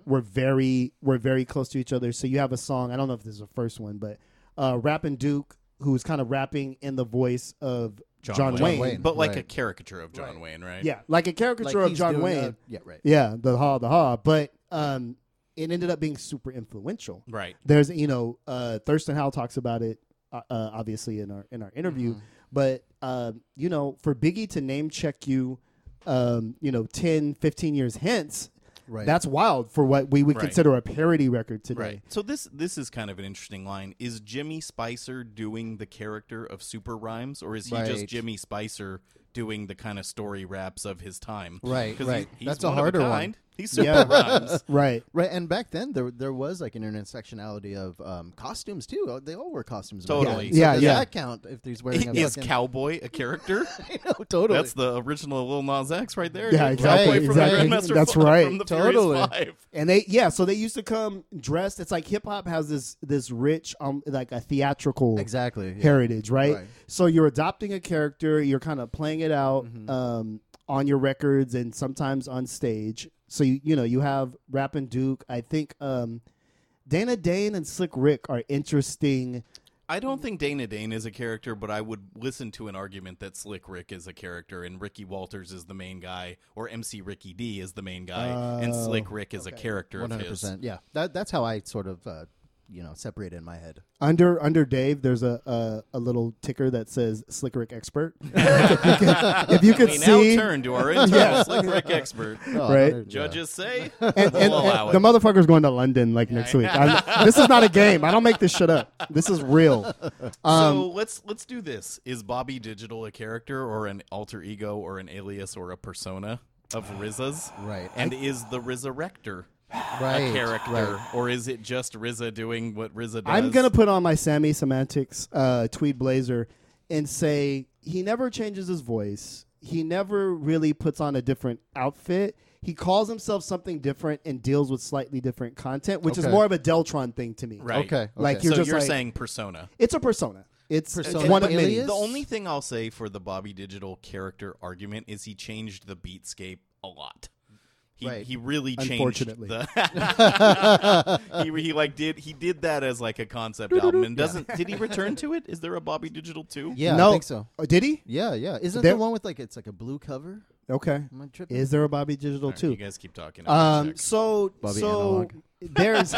[SPEAKER 1] were very were very close to each other. So you have a song. I don't know if this is the first one, but uh, Rappin' Duke, who's kind of rapping in the voice of John, Wayne.
[SPEAKER 2] Wayne.
[SPEAKER 3] but like a
[SPEAKER 2] right.
[SPEAKER 3] caricature of John
[SPEAKER 2] Right.
[SPEAKER 3] Wayne, right?
[SPEAKER 1] Yeah, like a
[SPEAKER 2] Like
[SPEAKER 1] caricature of
[SPEAKER 2] he's
[SPEAKER 1] John
[SPEAKER 2] doing
[SPEAKER 1] Wayne.
[SPEAKER 2] a- yeah. Right.
[SPEAKER 1] Yeah, the ha the ha. But um, it ended up being super influential.
[SPEAKER 3] right.
[SPEAKER 1] There's you know uh, Thurston Howell talks about it uh, uh, obviously in our in our interview,
[SPEAKER 2] Mm-hmm.
[SPEAKER 1] but um, you know for Biggie to name check you, um, you know 10, 15 years hence,
[SPEAKER 2] Right.
[SPEAKER 1] that's wild for what we would
[SPEAKER 3] Right.
[SPEAKER 1] consider a parody record today.
[SPEAKER 3] Right. So this this is kind of an interesting line. Is Jimmy Spicer doing the character of Super Rhymes, or is he just
[SPEAKER 2] Right.
[SPEAKER 3] Jimmy Spicer doing the kind of story raps of his time?
[SPEAKER 2] Right,
[SPEAKER 3] 'Cause
[SPEAKER 2] right.
[SPEAKER 3] He's, he's
[SPEAKER 2] That's a
[SPEAKER 3] one
[SPEAKER 2] harder
[SPEAKER 3] of
[SPEAKER 2] one.
[SPEAKER 3] a kind. He's Super
[SPEAKER 1] Yeah.
[SPEAKER 3] Rhymes.
[SPEAKER 1] Right.
[SPEAKER 2] Right, and back then there there was like an intersectionality of um, costumes too. Oh, They all wore costumes. back then.
[SPEAKER 3] Totally.
[SPEAKER 2] So
[SPEAKER 1] Yeah,
[SPEAKER 2] does
[SPEAKER 1] yeah.
[SPEAKER 2] That count if he's wearing a
[SPEAKER 3] Is
[SPEAKER 2] fucking-
[SPEAKER 3] Cowboy a character?
[SPEAKER 2] I know, totally.
[SPEAKER 3] That's the original Lil Nas X right there.
[SPEAKER 1] Yeah,
[SPEAKER 3] Cowboy
[SPEAKER 2] exactly,
[SPEAKER 3] from the
[SPEAKER 2] exactly.
[SPEAKER 3] Grandmaster
[SPEAKER 1] That's
[SPEAKER 3] Flash
[SPEAKER 1] right.
[SPEAKER 3] From the
[SPEAKER 2] Totally.
[SPEAKER 3] Furious Five.
[SPEAKER 1] And they yeah, so they used to come dressed. It's like hip hop has this this rich um like a theatrical
[SPEAKER 2] exactly. yeah.
[SPEAKER 1] heritage, right?
[SPEAKER 2] Right.
[SPEAKER 1] So you're adopting a character, you're kind of playing it out um, on your records and sometimes on stage. So you you know you have Rappin' Duke. I think um, Dana Dane and Slick Rick are interesting.
[SPEAKER 3] I don't think Dana Dane is a character, but I would listen to an argument that Slick Rick is a character and Ricky Walters is the main guy, or MC Ricky D is the main guy, and
[SPEAKER 1] Oh.
[SPEAKER 3] Slick Rick is a character
[SPEAKER 2] One
[SPEAKER 3] of
[SPEAKER 2] hundred
[SPEAKER 3] his.
[SPEAKER 2] percent. Yeah, that, that's how I sort of, uh, you know, separated in my head.
[SPEAKER 1] Under under Dave, there's a a, a little ticker that says Slick Rick expert. if you could, if you could
[SPEAKER 3] we
[SPEAKER 1] see,
[SPEAKER 3] now turn to our internal Slick Rick expert.
[SPEAKER 2] Oh,
[SPEAKER 1] Right.
[SPEAKER 2] yeah.
[SPEAKER 3] Judges say
[SPEAKER 1] and,
[SPEAKER 3] we'll
[SPEAKER 1] and-
[SPEAKER 3] allow
[SPEAKER 1] and the
[SPEAKER 3] it.
[SPEAKER 1] motherfucker's going to London like next week. I, this is not a game. I don't make this shit up. This is real.
[SPEAKER 3] so let's let's do this. Is Bobby Digital a character or an alter ego or an alias or a persona of Rizza's?
[SPEAKER 2] Right.
[SPEAKER 3] And is the Rizzarector
[SPEAKER 2] Right.
[SPEAKER 3] a character
[SPEAKER 2] Right.
[SPEAKER 3] or is it just Rizza doing what Rizza does?
[SPEAKER 1] I'm gonna put on my Sammy Semantics uh, tweed blazer and say he never changes his voice. He never really puts on a different outfit. He calls himself something different and deals with slightly different content, which is
[SPEAKER 2] Okay.
[SPEAKER 1] more of a Deltron thing to me.
[SPEAKER 3] Right.
[SPEAKER 2] Okay. okay.
[SPEAKER 1] Like you're
[SPEAKER 3] so
[SPEAKER 1] just
[SPEAKER 3] you're
[SPEAKER 1] like-
[SPEAKER 3] saying persona.
[SPEAKER 1] It's a persona. It's
[SPEAKER 2] Persona
[SPEAKER 1] one of
[SPEAKER 2] alias?
[SPEAKER 1] many.
[SPEAKER 3] The only thing I'll say for the Bobby Digital character argument is he changed the beatscape a lot. He,
[SPEAKER 2] Right.
[SPEAKER 3] he really changed
[SPEAKER 1] Unfortunately.
[SPEAKER 3] the he, he like did he did that as like a concept album and doesn't did he return to it? Is there a Bobby Digital too?
[SPEAKER 2] Yeah.
[SPEAKER 1] no,
[SPEAKER 2] I think so.
[SPEAKER 1] Oh, did he?
[SPEAKER 2] Yeah. Yeah. Isn't
[SPEAKER 1] There-
[SPEAKER 2] the one with like it's like a blue cover?
[SPEAKER 1] Okay.
[SPEAKER 2] Am I tripping?
[SPEAKER 1] Is there a Bobby Digital
[SPEAKER 3] You
[SPEAKER 1] too?
[SPEAKER 3] guys keep talking. I'll
[SPEAKER 1] Um,
[SPEAKER 3] check.
[SPEAKER 1] so
[SPEAKER 2] Bobby
[SPEAKER 1] so
[SPEAKER 2] Analog.
[SPEAKER 1] there's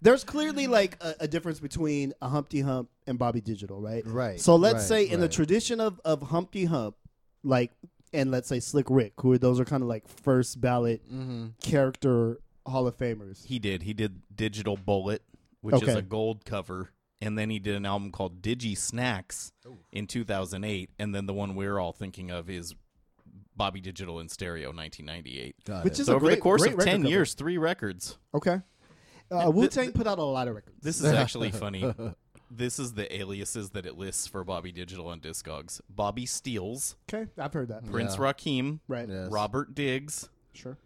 [SPEAKER 1] there's clearly like a, a difference between a Humpty Hump and Bobby Digital, right?
[SPEAKER 2] Right,
[SPEAKER 1] So let's
[SPEAKER 2] right,
[SPEAKER 1] say in the
[SPEAKER 2] right.
[SPEAKER 1] tradition of of Humpty Hump, like, and let's say Slick Rick, who are those are kind of like first ballot
[SPEAKER 3] Mm-hmm.
[SPEAKER 1] character Hall of Famers.
[SPEAKER 3] he did. He did Digital Bullet, which is
[SPEAKER 1] Okay.
[SPEAKER 3] a gold cover, and then he did an album called Digi Snacks in 2008, and then the one we're all thinking of is Bobby Digital in Stereo 1998.
[SPEAKER 2] Got
[SPEAKER 1] Which
[SPEAKER 2] it.
[SPEAKER 1] is
[SPEAKER 3] So
[SPEAKER 1] a
[SPEAKER 3] over
[SPEAKER 1] great,
[SPEAKER 3] the course
[SPEAKER 1] great
[SPEAKER 3] of
[SPEAKER 1] record
[SPEAKER 3] 10
[SPEAKER 1] cover.
[SPEAKER 3] years, three records.
[SPEAKER 1] Okay. Uh, Wu Tang put out a lot of records.
[SPEAKER 3] This is actually funny. This is the aliases that it lists for Bobby Digital on Discogs. Bobby Steels,
[SPEAKER 1] Okay, I've heard that.
[SPEAKER 3] Prince
[SPEAKER 2] Yeah.
[SPEAKER 3] Rakim,
[SPEAKER 1] Right.
[SPEAKER 2] Yes.
[SPEAKER 3] Robert Diggs,
[SPEAKER 1] Sure.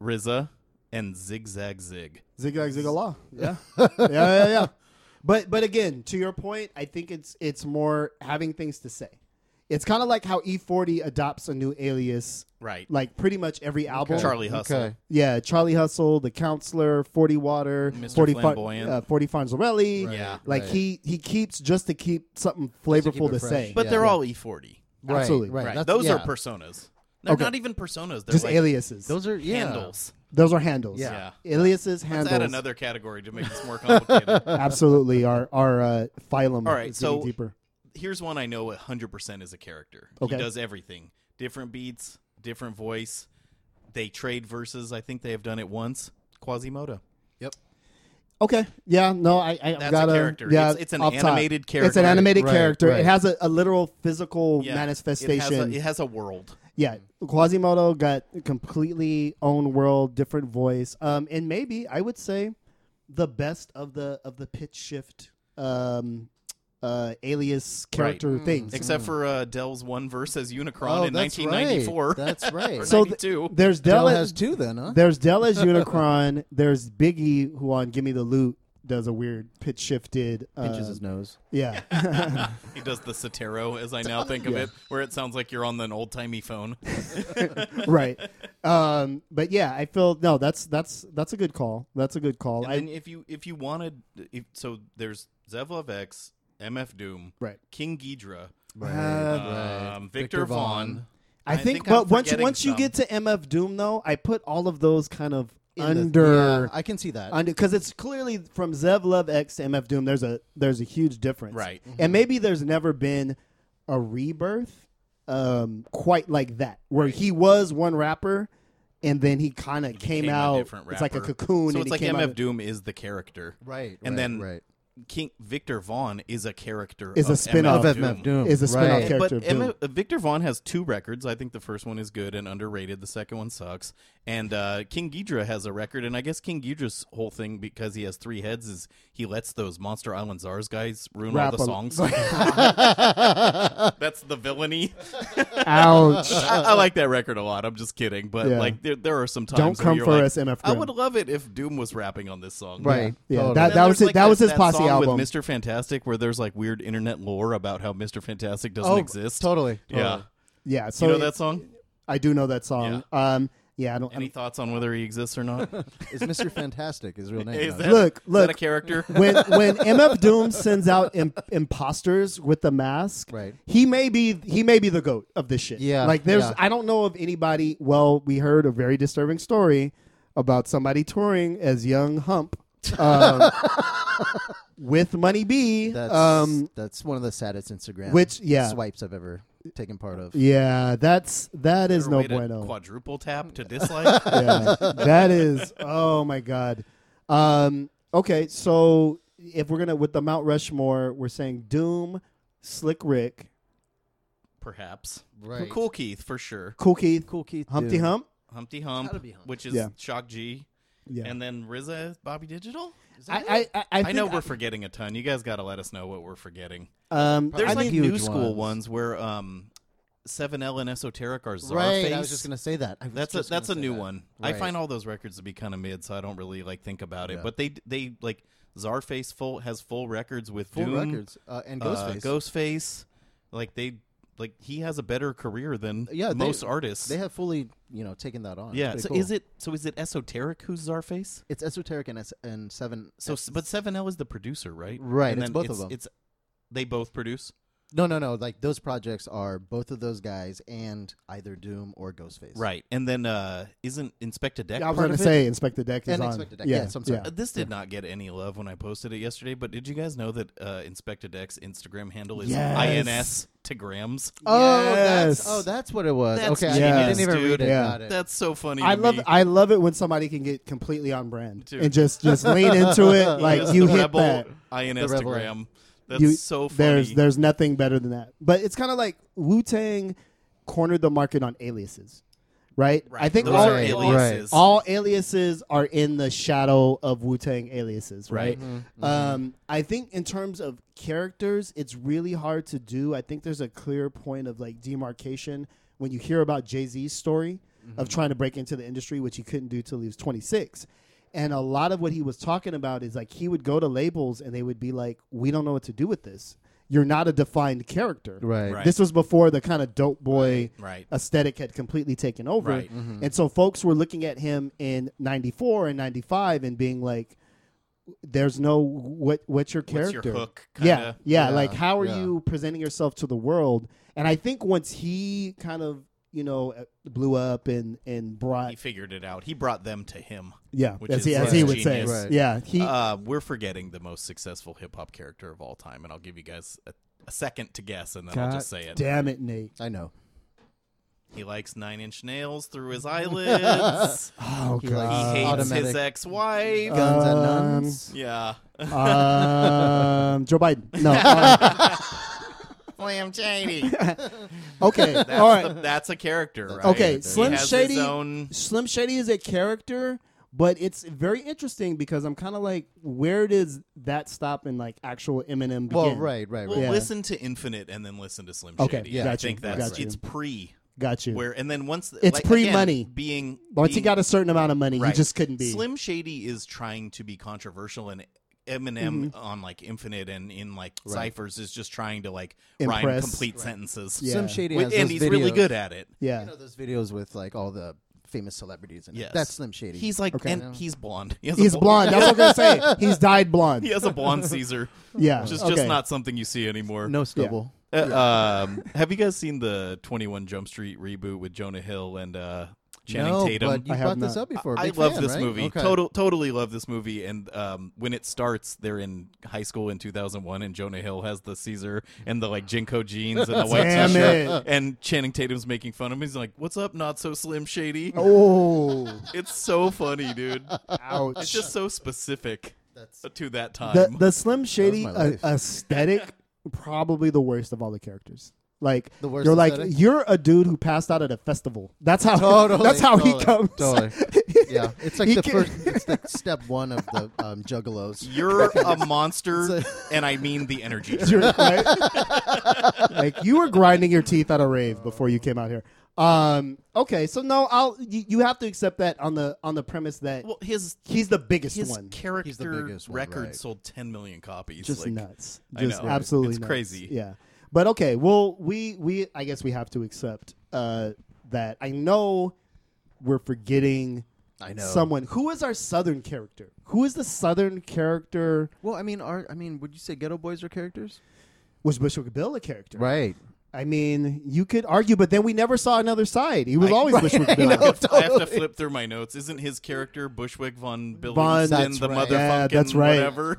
[SPEAKER 3] RZA, and Zig Zag Zig.
[SPEAKER 1] Zigzag Zigala. Yeah. yeah. Yeah. Yeah. But but again, to your point, I think it's it's more having things to say. It's kind of like how E40 adopts a new alias,
[SPEAKER 3] Right.
[SPEAKER 1] like pretty much every album.
[SPEAKER 3] Charlie Hustle.
[SPEAKER 2] Okay.
[SPEAKER 1] Yeah, Charlie Hustle, The Counselor, Forty Water,
[SPEAKER 3] Mr.
[SPEAKER 1] 40,
[SPEAKER 3] Flamboyant.
[SPEAKER 1] uh, 40 Fonzarelli.
[SPEAKER 3] Right. Yeah.
[SPEAKER 1] like
[SPEAKER 2] Right.
[SPEAKER 1] he he keeps just to keep something
[SPEAKER 2] to keep
[SPEAKER 1] flavorful
[SPEAKER 2] it
[SPEAKER 1] to
[SPEAKER 2] fresh.
[SPEAKER 1] say.
[SPEAKER 3] But
[SPEAKER 2] Yeah.
[SPEAKER 3] they're
[SPEAKER 2] Yeah.
[SPEAKER 3] all E40.
[SPEAKER 2] Right.
[SPEAKER 1] Absolutely.
[SPEAKER 2] Right.
[SPEAKER 3] Right.
[SPEAKER 2] That's-
[SPEAKER 3] Those
[SPEAKER 2] yeah.
[SPEAKER 3] are personas. They're
[SPEAKER 1] Okay.
[SPEAKER 3] not even personas. They're
[SPEAKER 1] just
[SPEAKER 3] like
[SPEAKER 1] aliases. Those
[SPEAKER 2] Those are yeah.
[SPEAKER 3] handles.
[SPEAKER 1] those are handles.
[SPEAKER 3] Yeah.
[SPEAKER 1] aliases
[SPEAKER 3] Let's
[SPEAKER 1] handles.
[SPEAKER 3] add another category to make this more complicated.
[SPEAKER 1] absolutely, our our uh, phylum.
[SPEAKER 3] All right,
[SPEAKER 1] is
[SPEAKER 3] so-
[SPEAKER 1] getting deeper.
[SPEAKER 3] Here's one I know 100% is a character.
[SPEAKER 1] Okay.
[SPEAKER 3] He does everything. Different beats, different voice. They trade verses. I think they have done it once. Quasimodo.
[SPEAKER 1] Okay. Yeah. No. I. I
[SPEAKER 3] That's a
[SPEAKER 1] gotta,
[SPEAKER 3] character.
[SPEAKER 1] Yeah.
[SPEAKER 3] It's- it's an
[SPEAKER 1] off top.
[SPEAKER 3] animated
[SPEAKER 1] It's an
[SPEAKER 3] character.
[SPEAKER 1] animated
[SPEAKER 2] Right,
[SPEAKER 1] character.
[SPEAKER 2] right.
[SPEAKER 1] It has a, a literal physical
[SPEAKER 3] Yeah. It has,
[SPEAKER 1] manifestation.
[SPEAKER 3] a, it has a world.
[SPEAKER 1] yeah. Quasimodo got completely own world, different voice. Um, and maybe I would say the best of the of the pitch shift, um, uh, alias character
[SPEAKER 2] Hmm.
[SPEAKER 1] things.
[SPEAKER 3] Except for uh, Dell's one verse as Unicron
[SPEAKER 2] Oh,
[SPEAKER 3] in
[SPEAKER 2] that's
[SPEAKER 3] 1994.
[SPEAKER 2] right. That's right.
[SPEAKER 3] Or
[SPEAKER 1] So th-
[SPEAKER 3] 92.
[SPEAKER 1] There's
[SPEAKER 2] Dell
[SPEAKER 1] Dell.
[SPEAKER 2] has two then, huh?
[SPEAKER 1] There's Dell as Unicron. there's Biggie, who on "Give Me the Loot" does a weird pitch shifted. Uh,
[SPEAKER 2] Pinches his nose.
[SPEAKER 1] yeah.
[SPEAKER 3] he does the Sotero, as I now think of it, where it sounds like you're on an old timey phone.
[SPEAKER 1] right. Um, but yeah, I feel no. That's that's that's a good call. That's a good call.
[SPEAKER 3] And then
[SPEAKER 1] I,
[SPEAKER 3] if you if you wanted, if, so there's Zevlov X, MF Doom,
[SPEAKER 1] Right.
[SPEAKER 3] King Ghidra,
[SPEAKER 2] Right.
[SPEAKER 1] Right.
[SPEAKER 3] um, Victor Vaughn.
[SPEAKER 1] I
[SPEAKER 3] I
[SPEAKER 1] think,
[SPEAKER 3] think I'm
[SPEAKER 1] but once
[SPEAKER 3] forgetting
[SPEAKER 1] once you
[SPEAKER 3] some.
[SPEAKER 1] get to MF Doom though, I put all of those kind of
[SPEAKER 2] In the-
[SPEAKER 1] under
[SPEAKER 2] yeah, I can see that.
[SPEAKER 1] under because it's clearly from Zev Love X to MF Doom. There's a there's a huge difference,
[SPEAKER 3] Right.
[SPEAKER 1] And maybe there's never been a rebirth um, quite like that, where he was one rapper and then he kind of came
[SPEAKER 3] became a
[SPEAKER 1] out.
[SPEAKER 3] different
[SPEAKER 1] It's like a
[SPEAKER 3] rapper.
[SPEAKER 1] cocoon.
[SPEAKER 3] So
[SPEAKER 1] and
[SPEAKER 3] it's
[SPEAKER 1] he
[SPEAKER 3] like
[SPEAKER 1] came out
[SPEAKER 3] MF
[SPEAKER 1] of-
[SPEAKER 3] Doom is the character,
[SPEAKER 2] right.
[SPEAKER 3] And
[SPEAKER 2] right,
[SPEAKER 3] then
[SPEAKER 2] right.
[SPEAKER 3] King Victor Vaughn is a character.
[SPEAKER 1] Is a
[SPEAKER 3] of
[SPEAKER 1] spin-off
[SPEAKER 3] MF
[SPEAKER 1] of
[SPEAKER 3] Doom.
[SPEAKER 2] MF Doom.
[SPEAKER 1] is a spin-off
[SPEAKER 2] Right.
[SPEAKER 1] character.
[SPEAKER 3] But
[SPEAKER 1] of Doom.
[SPEAKER 3] MF Victor Vaughn has two records. I think the first one is good and underrated. The second one sucks. And uh, King Ghidra has a record. And I guess King Ghidra's whole thing, because he has three heads, is he lets those Monster Island Czars guys ruin
[SPEAKER 1] Rap
[SPEAKER 3] all
[SPEAKER 1] a-
[SPEAKER 3] the songs. That's the villainy.
[SPEAKER 1] Ouch.
[SPEAKER 3] I, I like that record a lot. I'm just kidding, but
[SPEAKER 1] Uh, Yeah.
[SPEAKER 3] like there, there are some times.
[SPEAKER 1] Don't
[SPEAKER 3] where
[SPEAKER 1] come
[SPEAKER 3] you're
[SPEAKER 1] for
[SPEAKER 3] like,
[SPEAKER 1] us, MF
[SPEAKER 3] I
[SPEAKER 1] Doom.
[SPEAKER 3] would love it if Doom was rapping on this song.
[SPEAKER 2] Right.
[SPEAKER 1] Yeah,
[SPEAKER 2] Totally.
[SPEAKER 1] that, that
[SPEAKER 3] Then
[SPEAKER 1] was
[SPEAKER 3] there's,
[SPEAKER 1] his,
[SPEAKER 3] like,
[SPEAKER 1] that was his
[SPEAKER 3] that
[SPEAKER 1] posse
[SPEAKER 3] song
[SPEAKER 1] album.
[SPEAKER 3] with Mr. Fantastic, where there's like weird internet lore about how Mr. Fantastic doesn't
[SPEAKER 2] oh,
[SPEAKER 3] exist.
[SPEAKER 2] Totally.
[SPEAKER 3] Yeah,
[SPEAKER 1] Yeah, so
[SPEAKER 3] you know
[SPEAKER 1] it-
[SPEAKER 3] that song.
[SPEAKER 1] I do know that song. Um, yeah, I don't.
[SPEAKER 3] Any thoughts on whether he exists or not?
[SPEAKER 2] Is Mr. Fantastic his real name?
[SPEAKER 3] Is
[SPEAKER 2] though?
[SPEAKER 3] that-
[SPEAKER 1] Look,
[SPEAKER 3] is
[SPEAKER 1] look.
[SPEAKER 3] that a character?
[SPEAKER 1] when when MF Doom sends out imp- imposters with the mask,
[SPEAKER 2] Right.
[SPEAKER 1] He may be he may be the goat of this shit.
[SPEAKER 2] Yeah,
[SPEAKER 1] like there's
[SPEAKER 2] yeah.
[SPEAKER 1] I don't know of anybody. Well, we heard a very disturbing story about somebody touring as young Hump. Um, with Money B,
[SPEAKER 2] That's
[SPEAKER 1] um,
[SPEAKER 2] that's one of the saddest Instagram
[SPEAKER 1] which- yeah.
[SPEAKER 2] swipes I've ever taken part of.
[SPEAKER 1] yeah, that's that is
[SPEAKER 3] Or
[SPEAKER 1] no
[SPEAKER 3] wait, a
[SPEAKER 1] bueno.
[SPEAKER 3] Quadruple tap to dislike.
[SPEAKER 1] yeah, that is. Oh my god. Um, okay, so if we're gonna with the Mount Rushmore, we're saying Doom, Slick Rick,
[SPEAKER 3] Perhaps.
[SPEAKER 2] Right.
[SPEAKER 3] Cool Keith for sure.
[SPEAKER 1] Cool Keith,
[SPEAKER 2] Cool Keith.
[SPEAKER 1] Humpty
[SPEAKER 2] Doom.
[SPEAKER 1] Hump.
[SPEAKER 3] Humpty Hump,
[SPEAKER 2] gotta be Hump.
[SPEAKER 3] which is
[SPEAKER 1] Yeah.
[SPEAKER 3] Shock G,
[SPEAKER 1] Yeah.
[SPEAKER 3] and then RZA, Bobby Digital.
[SPEAKER 1] I, I, I, I,
[SPEAKER 3] I
[SPEAKER 1] think
[SPEAKER 3] know we're forgetting a ton. You guys got to let us know what we're forgetting.
[SPEAKER 1] Um,
[SPEAKER 3] There's
[SPEAKER 1] I
[SPEAKER 3] like
[SPEAKER 1] mean,
[SPEAKER 2] huge
[SPEAKER 3] new school
[SPEAKER 2] ones.
[SPEAKER 3] ones where um, Seven L and Esoteric are Czar
[SPEAKER 2] Right.
[SPEAKER 3] face.
[SPEAKER 2] I was just gonna say that. I was
[SPEAKER 3] that's a
[SPEAKER 2] just
[SPEAKER 3] that's a
[SPEAKER 2] gonna say
[SPEAKER 3] new
[SPEAKER 2] that.
[SPEAKER 3] one. I
[SPEAKER 2] Right.
[SPEAKER 3] find all those records to be kind of mid, so I don't really like think about it.
[SPEAKER 2] Yeah.
[SPEAKER 3] But they they like Czarface full has full records with
[SPEAKER 2] full
[SPEAKER 3] Doom,
[SPEAKER 2] records uh, and
[SPEAKER 3] uh,
[SPEAKER 2] Ghostface.
[SPEAKER 3] Ghostface. Like they like he has a better career than
[SPEAKER 2] Yeah, they-
[SPEAKER 3] most artists.
[SPEAKER 2] They have fully you know taken that on.
[SPEAKER 3] yeah.
[SPEAKER 2] It's
[SPEAKER 3] So
[SPEAKER 2] pretty
[SPEAKER 3] is
[SPEAKER 2] cool.
[SPEAKER 3] it so is it Esoteric who's Czarface?
[SPEAKER 2] It's esoteric and S- and seven.
[SPEAKER 3] So s- but Seven L is the producer, right?
[SPEAKER 2] Right,
[SPEAKER 3] And
[SPEAKER 2] it's
[SPEAKER 3] then
[SPEAKER 2] both of them.
[SPEAKER 3] It's they both produce.
[SPEAKER 2] No, no, no. Like those projects are both of those guys and either Doom or Ghostface.
[SPEAKER 3] Right, and then uh isn't Inspector Deck
[SPEAKER 1] I was
[SPEAKER 3] part
[SPEAKER 1] going to
[SPEAKER 3] of it?
[SPEAKER 1] say Inspect the Deck is
[SPEAKER 2] And
[SPEAKER 1] on.
[SPEAKER 2] Inspect the Deck,
[SPEAKER 1] Yeah,
[SPEAKER 2] yes, I'm sorry.
[SPEAKER 3] Uh, This did not get any love when I posted it yesterday, but did you guys know that uh, Inspector Deck's Instagram handle is
[SPEAKER 1] Yes.
[SPEAKER 3] ins to grams?
[SPEAKER 2] Oh,
[SPEAKER 1] Yes.
[SPEAKER 2] that's oh, that's what it was.
[SPEAKER 3] That's
[SPEAKER 2] okay, I
[SPEAKER 1] genius,
[SPEAKER 2] didn't even
[SPEAKER 3] dude.
[SPEAKER 2] read it.
[SPEAKER 1] Yeah.
[SPEAKER 2] Got it.
[SPEAKER 3] That's so funny.
[SPEAKER 1] I
[SPEAKER 3] to
[SPEAKER 1] love
[SPEAKER 3] me.
[SPEAKER 1] I love it when somebody can get completely on brand
[SPEAKER 3] Dude.
[SPEAKER 1] and just just lean into it like
[SPEAKER 3] Just
[SPEAKER 1] you
[SPEAKER 3] the
[SPEAKER 1] hit
[SPEAKER 3] rebel
[SPEAKER 1] that.
[SPEAKER 3] ins
[SPEAKER 2] The
[SPEAKER 3] to
[SPEAKER 2] rebel.
[SPEAKER 3] gram. That's
[SPEAKER 1] You-
[SPEAKER 3] so funny.
[SPEAKER 1] There's there's nothing better than that. But it's kind of like Wu Tang cornered the market on aliases, right?
[SPEAKER 3] right.
[SPEAKER 1] I think
[SPEAKER 3] those
[SPEAKER 1] all,
[SPEAKER 3] are aliases.
[SPEAKER 1] all aliases are in the shadow of Wu Tang aliases, right?
[SPEAKER 3] Right.
[SPEAKER 1] Um, I think in terms of characters, it's really hard to do. I think there's a clear point of like demarcation when you
[SPEAKER 3] Mm-hmm.
[SPEAKER 1] hear about Jay Z's story of trying to break into the industry, which he couldn't do till he was 26. And a lot of what he was talking about is like he would go to labels and they would be like, "We don't know what to do with this. You're not a defined character."
[SPEAKER 2] Right.
[SPEAKER 3] Right.
[SPEAKER 1] This was before the kind of dope boy
[SPEAKER 3] Right.
[SPEAKER 1] aesthetic had completely taken over.
[SPEAKER 3] Right. Mm-hmm.
[SPEAKER 1] And so folks were looking at him in 94 and 95 and being like there's no what what's your
[SPEAKER 3] What's
[SPEAKER 1] character?
[SPEAKER 3] your hook? Kinda?
[SPEAKER 1] Yeah, yeah,
[SPEAKER 2] Yeah,
[SPEAKER 1] Like, how are
[SPEAKER 2] yeah.
[SPEAKER 1] you presenting yourself to the world? And I think once he kind of, you know, uh, blew up and and brought,
[SPEAKER 3] He figured it out. He brought them to him.
[SPEAKER 1] yeah,
[SPEAKER 3] which
[SPEAKER 1] as
[SPEAKER 3] is
[SPEAKER 1] he, as
[SPEAKER 3] right.
[SPEAKER 1] he would
[SPEAKER 3] genius.
[SPEAKER 1] say,
[SPEAKER 2] Right.
[SPEAKER 1] yeah, he,
[SPEAKER 3] Uh, we're forgetting the most successful hip hop character of all time, and I'll give you guys a, a second to guess, and then I'll
[SPEAKER 2] God
[SPEAKER 3] just say it.
[SPEAKER 1] damn it, Nate.
[SPEAKER 2] I know.
[SPEAKER 3] He likes nine inch nails through his eyelids.
[SPEAKER 1] Oh
[SPEAKER 2] He
[SPEAKER 3] he
[SPEAKER 2] likes-
[SPEAKER 1] god.
[SPEAKER 3] hates his
[SPEAKER 2] automatic.
[SPEAKER 3] ex wife.
[SPEAKER 1] Uh,
[SPEAKER 2] Guns and
[SPEAKER 1] Um,
[SPEAKER 2] nuns.
[SPEAKER 3] yeah.
[SPEAKER 1] um, Joe Biden. No. uh,
[SPEAKER 3] Slim Shady.
[SPEAKER 1] okay.
[SPEAKER 3] That's,
[SPEAKER 1] All right.
[SPEAKER 3] the- that's a character, right?
[SPEAKER 1] Okay,
[SPEAKER 3] He
[SPEAKER 1] Slim
[SPEAKER 3] has his
[SPEAKER 1] Shady-
[SPEAKER 3] own-
[SPEAKER 1] Slim Shady is a character, but it's very interesting because I'm kind of like, where does that stop in like actual Eminem? Begin?
[SPEAKER 2] Well, right, right, right.
[SPEAKER 3] Well,
[SPEAKER 1] Yeah.
[SPEAKER 3] listen to Infinite and then listen to Slim Shady.
[SPEAKER 1] Okay,
[SPEAKER 2] yeah,
[SPEAKER 3] I
[SPEAKER 1] got you,
[SPEAKER 3] think that's
[SPEAKER 1] got you.
[SPEAKER 3] it's pre
[SPEAKER 1] Got you.
[SPEAKER 3] where, and then once
[SPEAKER 1] It's pre-money.
[SPEAKER 3] again, being
[SPEAKER 1] Once he
[SPEAKER 3] being-
[SPEAKER 1] got a certain amount of money,
[SPEAKER 3] Right.
[SPEAKER 1] he just couldn't be.
[SPEAKER 3] Slim Shady is trying to be controversial and Eminem
[SPEAKER 1] Mm-hmm.
[SPEAKER 3] on like Infinite and in like ciphers is just trying to like rhyme
[SPEAKER 1] Impress.
[SPEAKER 3] complete sentences.
[SPEAKER 1] Yeah.
[SPEAKER 2] Slim Shady
[SPEAKER 3] Wi-
[SPEAKER 2] has
[SPEAKER 3] and
[SPEAKER 2] those
[SPEAKER 3] he's really
[SPEAKER 2] videos-
[SPEAKER 3] good at it.
[SPEAKER 1] yeah.
[SPEAKER 2] You know those videos with like all the famous celebrities in
[SPEAKER 3] Yes.
[SPEAKER 2] it. That's Slim Shady.
[SPEAKER 3] He's like,
[SPEAKER 1] Okay.
[SPEAKER 3] and he's blonde. He has a
[SPEAKER 1] He's
[SPEAKER 3] bl-
[SPEAKER 1] blonde. That's what I'm gonna say. He's dyed blonde.
[SPEAKER 3] He has a blonde Caesar,
[SPEAKER 1] Yeah.
[SPEAKER 3] which is
[SPEAKER 1] okay.
[SPEAKER 3] just not something you see anymore.
[SPEAKER 2] no stubble.
[SPEAKER 3] Uh, um, have you guys seen the Twenty One Jump Street reboot with Jonah Hill and uh, Channing
[SPEAKER 2] no,
[SPEAKER 3] Tatum?
[SPEAKER 2] but you
[SPEAKER 1] I have
[SPEAKER 2] brought this
[SPEAKER 1] not.
[SPEAKER 2] up before.
[SPEAKER 3] I
[SPEAKER 2] Big
[SPEAKER 3] love
[SPEAKER 2] fan,
[SPEAKER 3] this
[SPEAKER 2] right?
[SPEAKER 3] movie.
[SPEAKER 2] Okay.
[SPEAKER 3] Total, totally love this movie. And um, when it starts, they're in high school in 2001, and Jonah Hill has the Caesar and the like Jinko jeans and the white
[SPEAKER 1] Damn
[SPEAKER 3] t-shirt, and Channing Tatum's making fun of him. He's like, "What's up, not so slim shady?"
[SPEAKER 1] Oh,
[SPEAKER 3] It's so funny, dude.
[SPEAKER 1] ouch.
[SPEAKER 3] It's just so specific uh, to that time.
[SPEAKER 1] the the Slim Shady
[SPEAKER 2] my
[SPEAKER 1] uh,
[SPEAKER 2] life.
[SPEAKER 1] aesthetic probably the worst of all the characters. Like
[SPEAKER 2] The worst
[SPEAKER 1] you're like
[SPEAKER 2] aesthetic?
[SPEAKER 1] you're a dude who passed out at a festival. That's how
[SPEAKER 2] Totally,
[SPEAKER 1] that's how
[SPEAKER 2] totally,
[SPEAKER 1] he comes.
[SPEAKER 2] Totally. Yeah, it's like
[SPEAKER 1] Oh, He
[SPEAKER 2] the
[SPEAKER 1] can-
[SPEAKER 2] first. It's like step one of the um, Juggalos.
[SPEAKER 3] You're a monster, and I mean the energy. drink.
[SPEAKER 1] You're- right? like you were grinding your teeth at a rave before you came out here. Um okay, so no, I'll you, you have to accept that on the on the premise that
[SPEAKER 3] Well, his
[SPEAKER 1] he's the biggest
[SPEAKER 3] his
[SPEAKER 1] one.
[SPEAKER 3] character
[SPEAKER 2] biggest one,
[SPEAKER 3] record
[SPEAKER 2] right.
[SPEAKER 3] sold 10 million copies.
[SPEAKER 1] just
[SPEAKER 3] like,
[SPEAKER 1] nuts.
[SPEAKER 3] I
[SPEAKER 1] Just
[SPEAKER 3] know.
[SPEAKER 1] absolutely
[SPEAKER 3] It's
[SPEAKER 1] nuts.
[SPEAKER 3] crazy.
[SPEAKER 1] Yeah. But okay, well we we I guess we have to accept uh that I know we're forgetting
[SPEAKER 2] I know.
[SPEAKER 1] someone who is our southern character? Who is the southern character?
[SPEAKER 2] Well, I mean, are I mean, would you say Ghetto Boys are characters?
[SPEAKER 1] Was Bushwick Bill a character?
[SPEAKER 2] Right.
[SPEAKER 1] I mean, you could argue, but then we never saw another side. He was always Bushwick Bill.
[SPEAKER 2] know.
[SPEAKER 3] I have to
[SPEAKER 2] Totally.
[SPEAKER 3] flip through my notes. Isn't his character Bushwick
[SPEAKER 1] Von-
[SPEAKER 3] von Billington
[SPEAKER 1] That's
[SPEAKER 3] the
[SPEAKER 2] right.
[SPEAKER 3] motherfucking
[SPEAKER 1] Yeah, that's right.
[SPEAKER 3] whatever?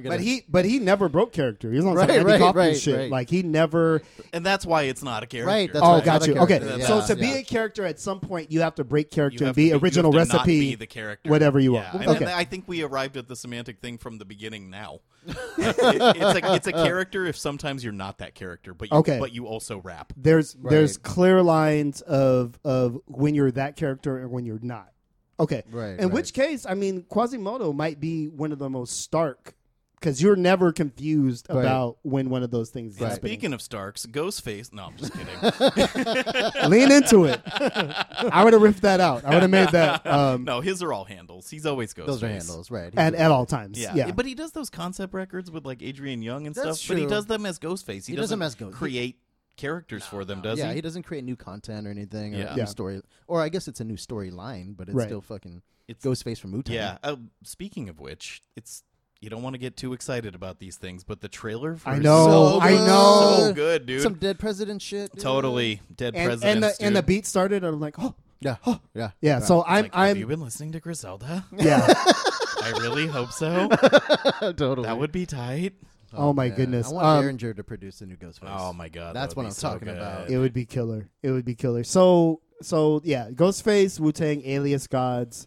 [SPEAKER 1] But he, but he never broke character. He was on
[SPEAKER 2] Right,
[SPEAKER 1] some Andy
[SPEAKER 2] right,
[SPEAKER 1] Kaufman
[SPEAKER 2] right,
[SPEAKER 1] shit.
[SPEAKER 2] right.
[SPEAKER 1] Like he never.
[SPEAKER 3] And that's why it's not a character.
[SPEAKER 2] Right, that's
[SPEAKER 1] oh,
[SPEAKER 2] right.
[SPEAKER 1] got
[SPEAKER 2] Not a
[SPEAKER 1] you. Okay,
[SPEAKER 2] character,
[SPEAKER 3] yeah.
[SPEAKER 1] so to be
[SPEAKER 2] Yeah.
[SPEAKER 1] a character at some point, you have to break character
[SPEAKER 3] You have
[SPEAKER 1] and be
[SPEAKER 3] to- you
[SPEAKER 1] original
[SPEAKER 3] have to not
[SPEAKER 1] recipe.
[SPEAKER 3] be the character.
[SPEAKER 1] whatever you
[SPEAKER 3] Yeah,
[SPEAKER 1] are.
[SPEAKER 3] and
[SPEAKER 1] Okay.
[SPEAKER 3] I think we arrived at the semantic thing from the beginning now. Like, it- it's, a, it's a character if sometimes you're not that character, but you,
[SPEAKER 1] Okay.
[SPEAKER 3] but you also rap.
[SPEAKER 1] There's there's
[SPEAKER 2] Right.
[SPEAKER 1] clear lines of of when you're that character and when you're not. Okay,
[SPEAKER 2] Right,
[SPEAKER 1] In
[SPEAKER 2] right.
[SPEAKER 1] which case, I mean, Quasimodo might be one of the most stark because you're never confused
[SPEAKER 2] Right.
[SPEAKER 1] about when one of those things is
[SPEAKER 2] Right.
[SPEAKER 1] happening.
[SPEAKER 3] Speaking of Starks, Ghostface. No, I'm just kidding.
[SPEAKER 1] Lean into it. I would have ripped that out. I would have made that um,
[SPEAKER 3] no, his are all handles. He's always Ghostface.
[SPEAKER 2] Those are handles, right?
[SPEAKER 1] at at all times.
[SPEAKER 3] Yeah.
[SPEAKER 1] Yeah,
[SPEAKER 3] but he does those concept records with like Adrian Young and
[SPEAKER 2] That's
[SPEAKER 3] stuff. But he
[SPEAKER 2] true.
[SPEAKER 3] does them as Ghostface. He,
[SPEAKER 2] He does them as Ghost-
[SPEAKER 3] create characters for them, does
[SPEAKER 2] yeah,
[SPEAKER 3] he?
[SPEAKER 2] he doesn't create new content or anything or
[SPEAKER 3] Yeah.
[SPEAKER 2] a new
[SPEAKER 1] Yeah.
[SPEAKER 2] story. Or I guess it's a new storyline, but it's
[SPEAKER 1] Right.
[SPEAKER 2] still fucking it's
[SPEAKER 3] It's-
[SPEAKER 2] Ghostface from Mutant.
[SPEAKER 3] yeah. Uh, speaking of which, it's you don't want to get too excited about these things, but the trailer for
[SPEAKER 1] I know,
[SPEAKER 3] so
[SPEAKER 1] I
[SPEAKER 3] good,
[SPEAKER 1] know.
[SPEAKER 3] so good, dude.
[SPEAKER 2] Some dead president shit. dude.
[SPEAKER 3] totally dead
[SPEAKER 1] and,
[SPEAKER 3] presidents.
[SPEAKER 1] and the and the
[SPEAKER 3] dude.
[SPEAKER 1] beat started. I'm like, oh
[SPEAKER 2] Yeah. Yeah.
[SPEAKER 1] yeah. So I'm
[SPEAKER 3] Like, have you
[SPEAKER 1] I'm
[SPEAKER 3] been listening to Griselda?
[SPEAKER 1] yeah.
[SPEAKER 3] I really hope so.
[SPEAKER 2] totally.
[SPEAKER 3] That would be tight.
[SPEAKER 1] Oh, my
[SPEAKER 2] man.
[SPEAKER 1] goodness.
[SPEAKER 2] I want
[SPEAKER 1] Um,
[SPEAKER 2] Behringer to produce the new Ghostface.
[SPEAKER 3] Oh my god,
[SPEAKER 2] That's
[SPEAKER 3] that would
[SPEAKER 2] what
[SPEAKER 3] be
[SPEAKER 2] I'm
[SPEAKER 3] so
[SPEAKER 2] talking
[SPEAKER 3] good.
[SPEAKER 2] about.
[SPEAKER 1] It would be killer. It would be killer. So so yeah, Ghostface, Wu Tang, Alias Gods,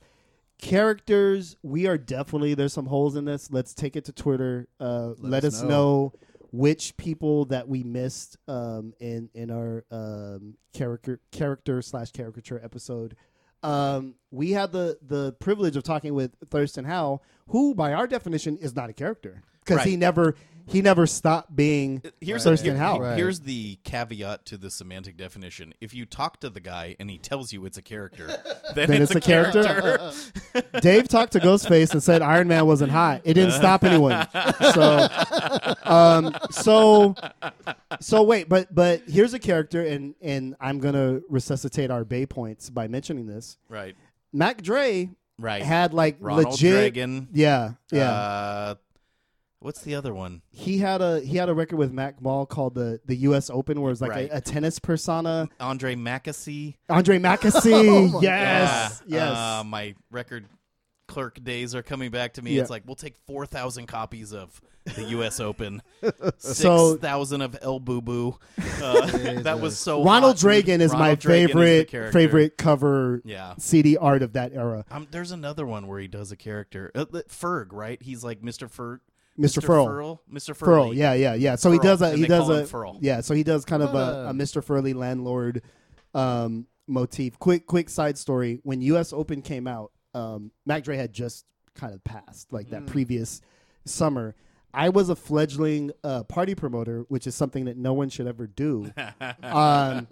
[SPEAKER 1] characters. We are definitely there's some holes in this. Let's take it to Twitter. Uh, let, us,
[SPEAKER 2] us
[SPEAKER 1] know.
[SPEAKER 2] know.
[SPEAKER 1] which people that we missed um, in in our um, character character slash caricature episode. Um, we had the the privilege of talking with Thurston Howell, who by our definition is not a character because he
[SPEAKER 3] Right.
[SPEAKER 1] never he never stopped being
[SPEAKER 3] Here's
[SPEAKER 1] Thurston
[SPEAKER 3] here-
[SPEAKER 1] Howell.
[SPEAKER 2] Right.
[SPEAKER 3] Here's the caveat to the semantic definition. If you talk to the guy and he tells you it's a character, then,
[SPEAKER 1] Then
[SPEAKER 3] it's, a character.
[SPEAKER 1] Dave talked to Ghostface and said Iron Man wasn't hot. It didn't stop anyone. So, um, so, so wait, but but here's a character, and and I'm gonna resuscitate our Bay points by mentioning this.
[SPEAKER 3] right.
[SPEAKER 1] Mac Dre
[SPEAKER 3] Right.
[SPEAKER 1] had like
[SPEAKER 3] Ronald
[SPEAKER 1] legit,
[SPEAKER 3] Dragon.
[SPEAKER 1] yeah, yeah.
[SPEAKER 3] Uh, what's the other one?
[SPEAKER 1] he had a he had a record with Mac Ball called the the U.S. Open, where it's like
[SPEAKER 3] Right.
[SPEAKER 1] a, a tennis persona.
[SPEAKER 3] Andre Mackesy.
[SPEAKER 1] Andre Mackesy,
[SPEAKER 3] Oh
[SPEAKER 2] my
[SPEAKER 1] yes,
[SPEAKER 3] Yeah.
[SPEAKER 1] yes.
[SPEAKER 3] Uh, my record clerk days are coming back to me.
[SPEAKER 1] Yeah.
[SPEAKER 3] It's like we'll take four thousand copies of the U.S. Open,
[SPEAKER 1] So-
[SPEAKER 3] six thousand of El Boo Boo. Uh, that was so.
[SPEAKER 1] Ronald
[SPEAKER 3] hot.
[SPEAKER 1] Dragon is my
[SPEAKER 3] Ronald Dragon is the
[SPEAKER 1] favorite
[SPEAKER 3] character.
[SPEAKER 1] favorite cover
[SPEAKER 3] Yeah.
[SPEAKER 1] CD art of that era.
[SPEAKER 3] Um, there's another one where he does a character, uh, the- Ferg, right? He's like Mr. Ferg,
[SPEAKER 1] Mr. Furl.
[SPEAKER 3] Mr. Furl,
[SPEAKER 1] Furl, yeah, yeah, yeah. So he
[SPEAKER 3] Furl,
[SPEAKER 1] does a
[SPEAKER 3] and
[SPEAKER 1] he
[SPEAKER 3] they
[SPEAKER 1] does
[SPEAKER 3] call him
[SPEAKER 1] a
[SPEAKER 3] Furl.
[SPEAKER 1] yeah. So he does kind of a,
[SPEAKER 2] Ah.
[SPEAKER 1] a Mr. Furley landlord um, motif. Quick, quick side story: when U.S. Open came out, um, Mac Dre had just kind of passed, like
[SPEAKER 3] Mm.
[SPEAKER 1] that previous summer. I was a fledgling uh, party promoter, which is something that no one should ever do. um,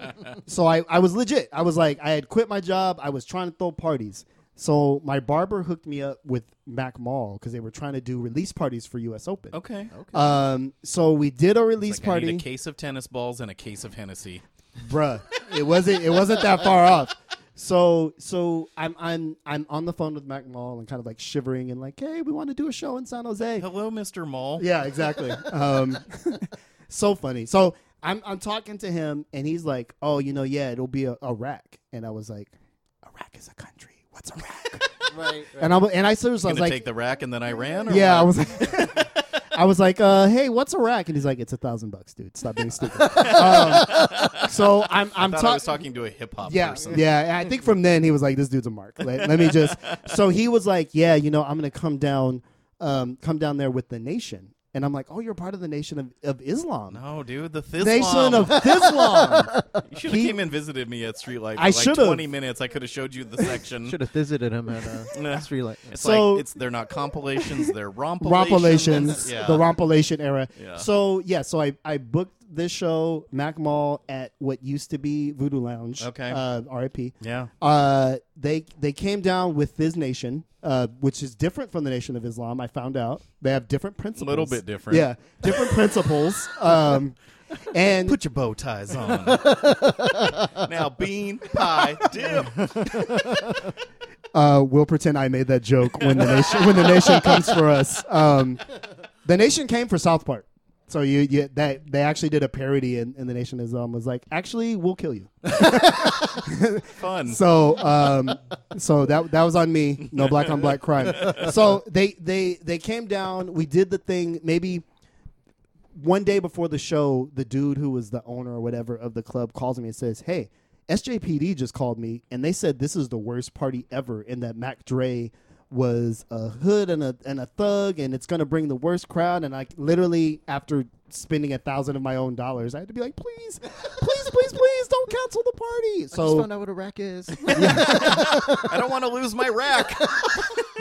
[SPEAKER 1] so I, I was legit. I was like, I had quit my job. I was trying to throw parties. So my barber hooked me up with Mac Mall because they were trying to do release parties for U.S. Open.
[SPEAKER 3] Okay.
[SPEAKER 1] Um, so we did a
[SPEAKER 3] He's
[SPEAKER 1] release
[SPEAKER 3] like, I
[SPEAKER 1] party,
[SPEAKER 3] need a case of tennis balls and a case of Hennessy.
[SPEAKER 1] bruh. It wasn't. It wasn't that far off. So, so I'm I'm I'm on the phone with Mac Mall and kind of like shivering and like, hey, we want to do a show in San Jose.
[SPEAKER 3] Hello, Mr. Mall.
[SPEAKER 1] Yeah, exactly. Um, so funny. So I'm I'm talking to him and he's like, oh, you know, yeah, it'll be a, a rack. And I was like, Iraq is a country. What's a rack?
[SPEAKER 2] right.
[SPEAKER 1] and I and I seriously
[SPEAKER 3] Gonna
[SPEAKER 1] was like,
[SPEAKER 3] take the rack and then I ran. Or
[SPEAKER 1] Yeah, I
[SPEAKER 3] what?
[SPEAKER 1] was. I was like, uh, "Hey, what's a rack?" And he's like, "It's a thousand bucks, dude. Stop being stupid." um, so I'm, I'm
[SPEAKER 3] I thought I was talking to a hip hop
[SPEAKER 1] yeah,
[SPEAKER 3] person.
[SPEAKER 1] yeah. and I think from then he was like, "This dude's a mark." Let, let me just. So he was like, "Yeah, you know, I'm gonna come down, um, come down there with the nation." And I'm like, "Oh, you're part of the nation of, of Islam."
[SPEAKER 3] No, Oh, dude, the Thislam.
[SPEAKER 1] Nation of Islam.
[SPEAKER 3] you should have
[SPEAKER 1] he-
[SPEAKER 3] came and visited me at Street Life. For
[SPEAKER 1] I
[SPEAKER 3] like
[SPEAKER 1] should've.
[SPEAKER 3] twenty minutes. I could have showed you the section.
[SPEAKER 2] Should have visited him at uh, Sri Lanka.
[SPEAKER 3] It's
[SPEAKER 1] So-
[SPEAKER 3] like it's they're not compilations, they're rompolations.
[SPEAKER 1] Rompolations,
[SPEAKER 3] yeah.
[SPEAKER 1] the Rompolation era.
[SPEAKER 3] Yeah.
[SPEAKER 1] So yeah, so I, I booked this show Mac Mall at what used to be Voodoo Lounge.
[SPEAKER 3] Okay.
[SPEAKER 1] uh, RIP.
[SPEAKER 3] yeah.
[SPEAKER 1] Uh, they they came down with this nation, uh, which is different from the Nation of Islam. I found out they have different principles.
[SPEAKER 3] Little bit different.
[SPEAKER 1] Yeah, different principles. Um, and
[SPEAKER 3] Put your bow ties on. now bean pie dip.
[SPEAKER 1] uh, we'll pretend I made that joke when the nation when the nation comes for us. Um, the nation came for South Park. So you, you that they actually did a parody and, and the nation of Islam was like, actually, we'll kill you.
[SPEAKER 3] Fun.
[SPEAKER 1] So, um, so that that was on me. No black on black crime. So they they they came down. We did the thing. Maybe one day before the show, the dude who was the owner or whatever of the club calls me and says, "Hey, SJPD just called me and they said this is the worst party ever, and that Mac Dre." Was a hood and a and a thug, and it's gonna bring the worst crowd. And I literally, after spending a thousand of my own dollars, I had to be like, please, please, please, please, don't cancel the party.
[SPEAKER 2] I just
[SPEAKER 1] So
[SPEAKER 2] found out what a rack is.
[SPEAKER 3] I don't want to lose my rack.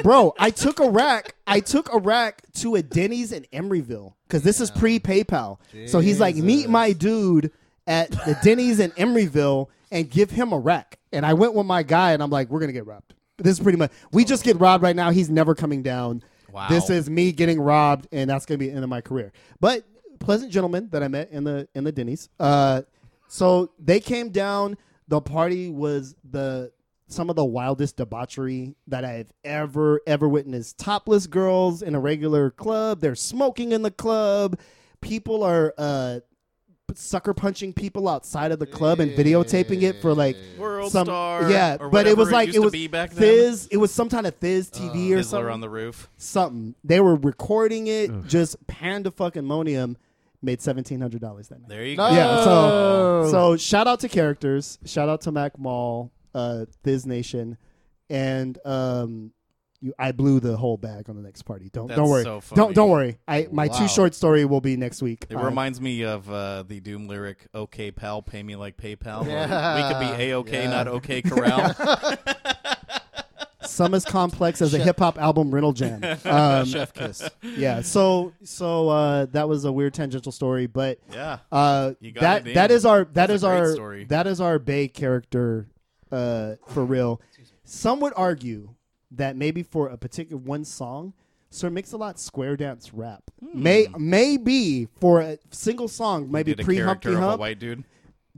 [SPEAKER 1] Bro, I took a rack. I took a rack to a Denny's in Emeryville because this is pre PayPal. So he's like, meet my dude at the Denny's in Emeryville and give him a rack. And I went with my guy and I'm like, we're gonna get robbed. This is pretty much we just get robbed right now. He's never coming down.
[SPEAKER 3] Wow.
[SPEAKER 1] This is me getting robbed, and that's gonna be the end of my career. But pleasant gentleman that I met in the in the Denny's. Uh, so they came down. The party was the some of the wildest debauchery that I've ever ever witnessed. Topless girls in a regular club. They're smoking in the club. People are uh, sucker punching people outside of the club and videotaping it for like
[SPEAKER 3] World
[SPEAKER 1] some
[SPEAKER 3] star.
[SPEAKER 1] yeah.
[SPEAKER 3] or
[SPEAKER 1] But it
[SPEAKER 3] whatever
[SPEAKER 1] was like
[SPEAKER 3] used
[SPEAKER 1] it
[SPEAKER 3] to
[SPEAKER 1] was
[SPEAKER 3] be back then.
[SPEAKER 1] Fizz. It was some kind of Fizz TV or something
[SPEAKER 3] Uh, Fizzler on the roof.
[SPEAKER 1] something. They were recording it, just panda fucking monium made seventeen hundred dollars that night.
[SPEAKER 3] There you
[SPEAKER 2] No.
[SPEAKER 3] go.
[SPEAKER 1] Yeah, so
[SPEAKER 2] Oh.
[SPEAKER 1] so shout out to characters, shout out to Mac Mall, uh, Thiz Nation, and um, you, I blew the whole bag on the next party. Don't
[SPEAKER 3] That's
[SPEAKER 1] don't worry,
[SPEAKER 3] so funny.
[SPEAKER 1] don't don't worry. I my
[SPEAKER 2] Wow.
[SPEAKER 1] too short story will be next week.
[SPEAKER 3] It
[SPEAKER 1] Uh,
[SPEAKER 3] reminds me of uh, the Doom lyric, "Okay, pal, pay me like PayPal."
[SPEAKER 2] Yeah.
[SPEAKER 3] We could be a okay,
[SPEAKER 2] Yeah.
[SPEAKER 3] not okay, corral.
[SPEAKER 1] some as complex as a hip hop album rental jam. Um,
[SPEAKER 2] Chef kiss.
[SPEAKER 1] yeah. So so uh, that was a weird tangential story, but
[SPEAKER 3] Yeah.
[SPEAKER 1] uh,
[SPEAKER 3] You got
[SPEAKER 1] that
[SPEAKER 3] it in.
[SPEAKER 1] that is our that
[SPEAKER 3] That's a
[SPEAKER 1] is
[SPEAKER 3] great
[SPEAKER 1] our
[SPEAKER 3] story.
[SPEAKER 1] that is our Bay character uh, for real. Some would argue that maybe for a particular one song, Sir Mix-a-Lot square dance rap may maybe for a single song, maybe
[SPEAKER 3] Hmm. Did a
[SPEAKER 1] pre Humpty
[SPEAKER 3] character of a
[SPEAKER 1] Hump,
[SPEAKER 3] white dude.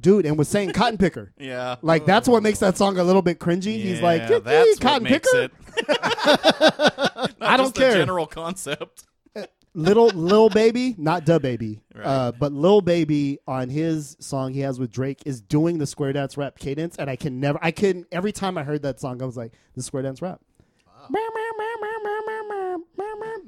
[SPEAKER 1] dude, and was saying cotton picker.
[SPEAKER 3] Yeah.
[SPEAKER 1] Like that's what makes that song a little bit cringy. He's like,
[SPEAKER 3] Yeah,
[SPEAKER 1] "Yeah,
[SPEAKER 3] that's what
[SPEAKER 1] cotton
[SPEAKER 3] makes
[SPEAKER 1] picker,
[SPEAKER 3] it. Not
[SPEAKER 1] I don't
[SPEAKER 3] just the
[SPEAKER 1] care.
[SPEAKER 3] general concept.
[SPEAKER 1] little little baby, not da baby,
[SPEAKER 3] Right.
[SPEAKER 1] uh, but lil baby on his song he has with Drake is doing the square dance rap cadence, and I can never, I couldn't. Every time I heard that song, I was like, the square dance rap.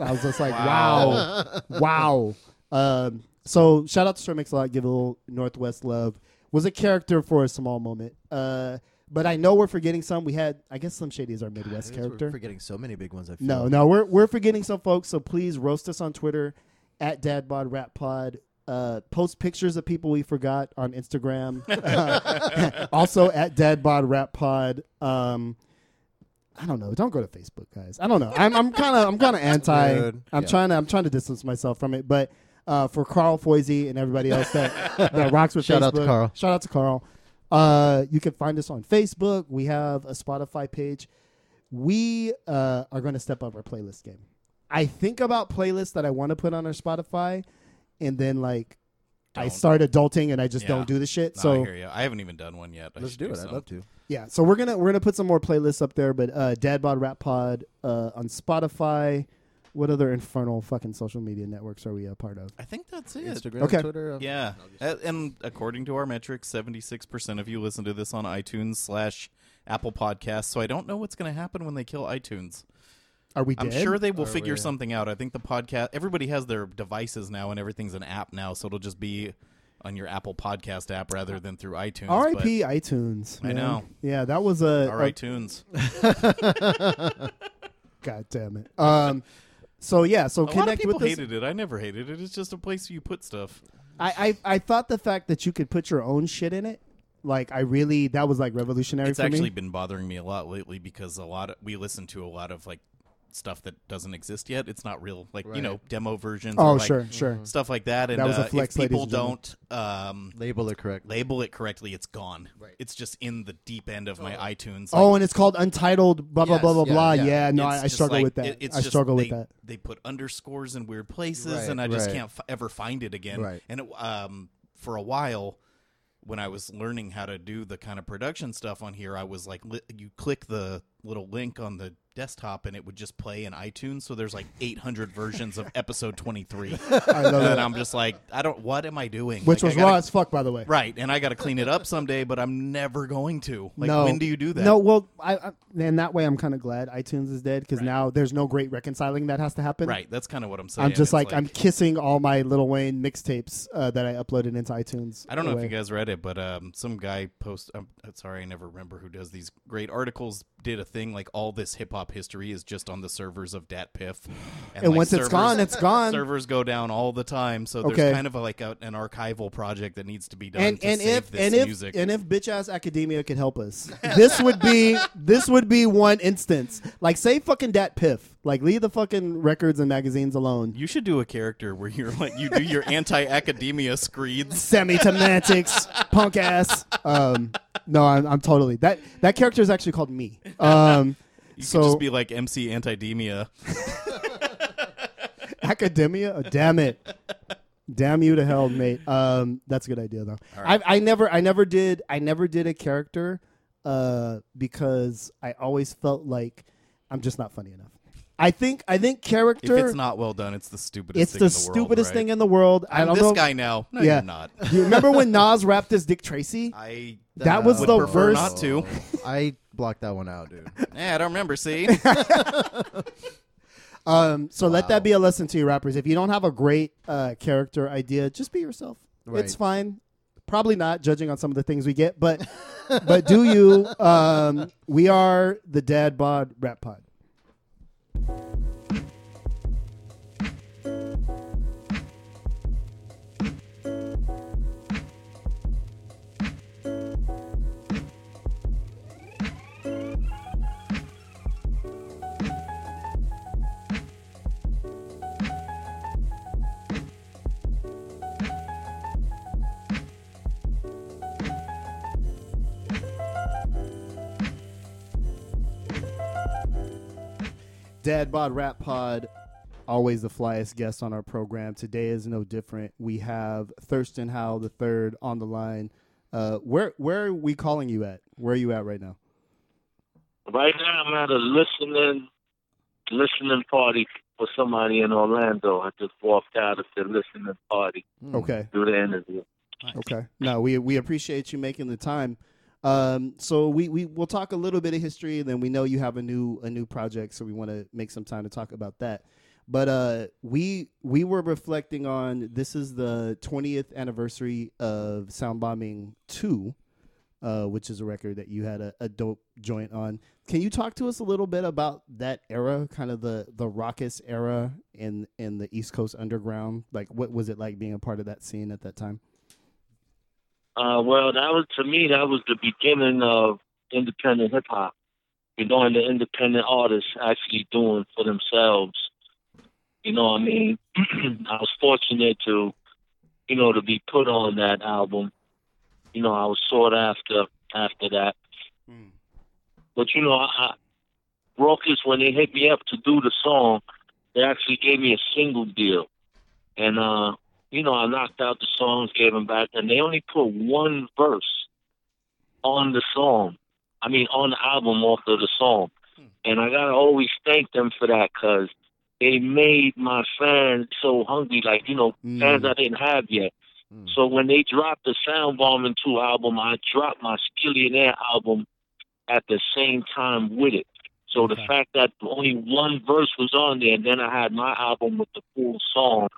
[SPEAKER 1] I was just like, wow, wow. Um, so shout out to Sir Mix a Lot, give a little Northwest love. Was a character for a small moment, uh, but I know we're forgetting some. We had, I guess, Slim Shady is our Midwest character.
[SPEAKER 2] We're forgetting so many big ones. I feel.
[SPEAKER 1] No, no, we're we're forgetting some folks. So please roast us on Twitter at Dadbod Rap Pod. Uh, post pictures of people we forgot on Instagram. also at Dadbod Rap Pod. Um, I don't know. Don't go to Facebook, guys. I don't know. I'm I'm kind of I'm kind of anti.
[SPEAKER 2] Dude.
[SPEAKER 1] I'm
[SPEAKER 2] Yeah.
[SPEAKER 1] trying to I'm trying to distance myself from it. But uh, for Carl Foisey and everybody else that that rocks with
[SPEAKER 2] Shout out to
[SPEAKER 1] Facebook,
[SPEAKER 2] Carl.
[SPEAKER 1] Shout out to Carl. Uh, you can find us on Facebook. We have a Spotify page. We uh, are going to step up our playlist game. I think about playlists that I want to put on our Spotify, and then like I
[SPEAKER 3] Don't.
[SPEAKER 1] start adulting and I just
[SPEAKER 3] Yeah.
[SPEAKER 1] don't do the shit.
[SPEAKER 3] No, I
[SPEAKER 1] so
[SPEAKER 3] hear you. I haven't even done one yet. I
[SPEAKER 2] Let's
[SPEAKER 3] should
[SPEAKER 2] do it.
[SPEAKER 3] some.
[SPEAKER 2] I'd love to.
[SPEAKER 1] yeah, so we're gonna we're gonna put some more playlists up there. But uh, Dad Bod Rap Pod uh, on Spotify. What other infernal fucking social media networks are we a part of?
[SPEAKER 3] I think that's it.
[SPEAKER 2] Instagram,
[SPEAKER 1] Okay.
[SPEAKER 2] Twitter. uh,
[SPEAKER 3] Yeah, Uh, and according to our metrics, seventy-six percent of you listen to this on iTunes slash Apple Podcasts. So I don't know what's going to happen when they kill iTunes.
[SPEAKER 1] Are we?
[SPEAKER 3] I'm
[SPEAKER 1] dead?
[SPEAKER 3] sure they will
[SPEAKER 2] Or
[SPEAKER 3] figure
[SPEAKER 2] we're-
[SPEAKER 3] something out. I think the podcast. Everybody has their devices now, and everything's an app now, so it'll just be on your Apple Podcast app rather than through iTunes. but-
[SPEAKER 1] R.I.P. iTunes.
[SPEAKER 3] I
[SPEAKER 1] man.
[SPEAKER 3] know.
[SPEAKER 1] Yeah, that was a.
[SPEAKER 3] Our iTunes.
[SPEAKER 1] a- God damn it. Um. So yeah, so
[SPEAKER 3] A lot of
[SPEAKER 1] connect
[SPEAKER 3] people
[SPEAKER 1] with us.
[SPEAKER 3] hated it. I never hated it. It's just a place you put stuff.
[SPEAKER 1] I, I I thought the fact that you could put your own shit in it, like I really that was like revolutionary
[SPEAKER 3] It's
[SPEAKER 1] for
[SPEAKER 3] actually
[SPEAKER 1] me.
[SPEAKER 3] been bothering me a lot lately because a lot of, we listen to a lot of like stuff that doesn't exist yet. It's not real, like you
[SPEAKER 2] Right. Mm-hmm.
[SPEAKER 3] know, demo versions.
[SPEAKER 1] Oh
[SPEAKER 3] or, like,
[SPEAKER 1] sure, sure.
[SPEAKER 3] stuff like that. And
[SPEAKER 1] That was a
[SPEAKER 3] uh,
[SPEAKER 1] flex,
[SPEAKER 3] if
[SPEAKER 1] ladies
[SPEAKER 3] people
[SPEAKER 1] and gentlemen.
[SPEAKER 3] don't um,
[SPEAKER 2] Label it correctly.
[SPEAKER 3] label it correctly, it's gone.
[SPEAKER 2] Right.
[SPEAKER 3] It's just in the deep end of my iTunes.
[SPEAKER 1] Oh, and it's called Untitled. Blah blah blah blah
[SPEAKER 2] Yes, yeah,
[SPEAKER 1] blah. Yeah,
[SPEAKER 2] yeah.
[SPEAKER 1] no,
[SPEAKER 3] it's
[SPEAKER 1] I, I
[SPEAKER 3] just
[SPEAKER 1] struggle
[SPEAKER 3] like-
[SPEAKER 1] with that.
[SPEAKER 3] it- it's
[SPEAKER 1] I
[SPEAKER 3] just
[SPEAKER 1] struggle
[SPEAKER 3] they,
[SPEAKER 1] with that.
[SPEAKER 3] They put underscores in weird places,
[SPEAKER 2] Right,
[SPEAKER 3] and I just
[SPEAKER 2] right.
[SPEAKER 3] can't f- ever find it again.
[SPEAKER 2] Right.
[SPEAKER 3] And it, um, for a while, when I was learning how to do the kind of production stuff on here, I was like, li- you click the little link on the desktop, and it would just play in iTunes. So there's like 800 versions of episode
[SPEAKER 1] I
[SPEAKER 3] 23,
[SPEAKER 1] love
[SPEAKER 3] and
[SPEAKER 1] that.
[SPEAKER 3] I'm just like, I don't. What am I doing?
[SPEAKER 1] Which
[SPEAKER 3] Like,
[SPEAKER 1] was
[SPEAKER 3] I gotta-
[SPEAKER 1] raw as fuck, by the way.
[SPEAKER 3] Right, and I got to clean it up someday, but I'm never going to. Like,
[SPEAKER 1] no.
[SPEAKER 3] when do you do that?
[SPEAKER 1] No, well, I, I then that way I'm kind of glad iTunes is dead because now there's no great reconciling that has to happen.
[SPEAKER 3] right. That's kind of what I'm saying.
[SPEAKER 1] I'm just
[SPEAKER 3] It's
[SPEAKER 1] like, I'm kissing all my Little Wayne mixtapes uh, that I uploaded into iTunes.
[SPEAKER 3] I don't know
[SPEAKER 1] away.
[SPEAKER 3] if you guys read it, but um, some guy post. I'm I'm sorry, I never remember who does these great articles. Did a thing like all this hip hop history is just on the servers of DatPiff,
[SPEAKER 1] And once it's gone, it's gone.
[SPEAKER 3] Servers go down all the time, so
[SPEAKER 1] Okay.
[SPEAKER 3] there's kind of a, like a, an archival project that needs to be done.
[SPEAKER 1] and
[SPEAKER 3] to
[SPEAKER 1] and
[SPEAKER 3] save
[SPEAKER 1] if
[SPEAKER 3] this
[SPEAKER 1] and if
[SPEAKER 3] music.
[SPEAKER 1] and if bitch ass academia could help us, this would be this would be one instance. Like say fucking dat piff. Like leave the fucking records and magazines alone.
[SPEAKER 3] you should do a character where you're like you do your anti-academia screeds.
[SPEAKER 1] Semi semantics, punk ass. Um, no, I'm, I'm totally that that character is actually called me. Um,
[SPEAKER 3] You
[SPEAKER 1] so
[SPEAKER 3] could just be like MC Antidemia.
[SPEAKER 1] academia, oh, damn it. Damn you to hell, mate. Um, that's a good idea though. I, I never, I never did, I never did a character, uh, because I always felt like I'm just not funny enough. I think, I think
[SPEAKER 3] If
[SPEAKER 1] character,
[SPEAKER 3] it's not well done, it's the stupidest.
[SPEAKER 1] it's
[SPEAKER 3] thing
[SPEAKER 1] the,
[SPEAKER 3] in the
[SPEAKER 1] stupidest
[SPEAKER 3] world,
[SPEAKER 1] thing
[SPEAKER 3] right?
[SPEAKER 1] in the world. I
[SPEAKER 3] I'm
[SPEAKER 1] don't
[SPEAKER 3] this
[SPEAKER 1] know.
[SPEAKER 3] guy now. No,
[SPEAKER 1] Yeah.
[SPEAKER 3] you're not.
[SPEAKER 1] You remember when Nas rapped as Dick Tracy?
[SPEAKER 3] I
[SPEAKER 1] That was
[SPEAKER 2] No.
[SPEAKER 1] the
[SPEAKER 3] Would prefer
[SPEAKER 1] worst.
[SPEAKER 3] not to.
[SPEAKER 2] I blocked that one out, dude.
[SPEAKER 3] Eh, I don't remember. See,
[SPEAKER 1] Um, so let that
[SPEAKER 2] Wow.
[SPEAKER 1] be a lesson to you rappers. If you don't have a great uh, character idea, just be yourself.
[SPEAKER 2] Right.
[SPEAKER 1] It's fine. Probably not judging on some of the things we get, but but do you? Um, we are the Dad Bod Rap Pod. Dad Bod Rap Pod, always the flyest guest on our program. Today is no different. We have Thurston Howell the third on the line. Uh, where where are we calling you at? Where are you at right now?
[SPEAKER 4] Right now, I'm at a listening listening party for somebody in Orlando. I just walked out of the listening party
[SPEAKER 1] Okay.
[SPEAKER 4] through the interview.
[SPEAKER 1] Okay. No, we we appreciate you making the time. Um, so we we will talk a little bit of history, and then we know you have a new a new project, so we want to make some time to talk about that. But uh, we we were reflecting on this is the 20th anniversary of Sound Bombing Two, uh, which is a record that you had a, a dope joint on. Can you talk to us a little bit about that era, kind of the the raucous era in in the East Coast underground? Like, what was it like being a part of that scene at that time?
[SPEAKER 4] Uh, well, that was to me that was the beginning of independent hip hop. You know, and the independent artists actually doing for themselves. You know, what I mean, I was fortunate to, you know, to be put on that album. You know, I was sought after after that. But you know, I, I Raucus when they hit me up to do the song, they actually gave me a single deal, and uh, you know, I knocked out the songs, gave them back, and they only put one verse on the song. I mean, on the album off of the song, and I gotta always thank them for that because they made my fans so hungry, like you know,
[SPEAKER 1] Mm.
[SPEAKER 4] fans I didn't have yet.
[SPEAKER 2] Mm.
[SPEAKER 4] So when they dropped the Sound Bombing Two album, I dropped my Skillionaire album at the same time with it. So the
[SPEAKER 3] Okay.
[SPEAKER 4] fact that only one verse was on there, and then I had my album with the full song,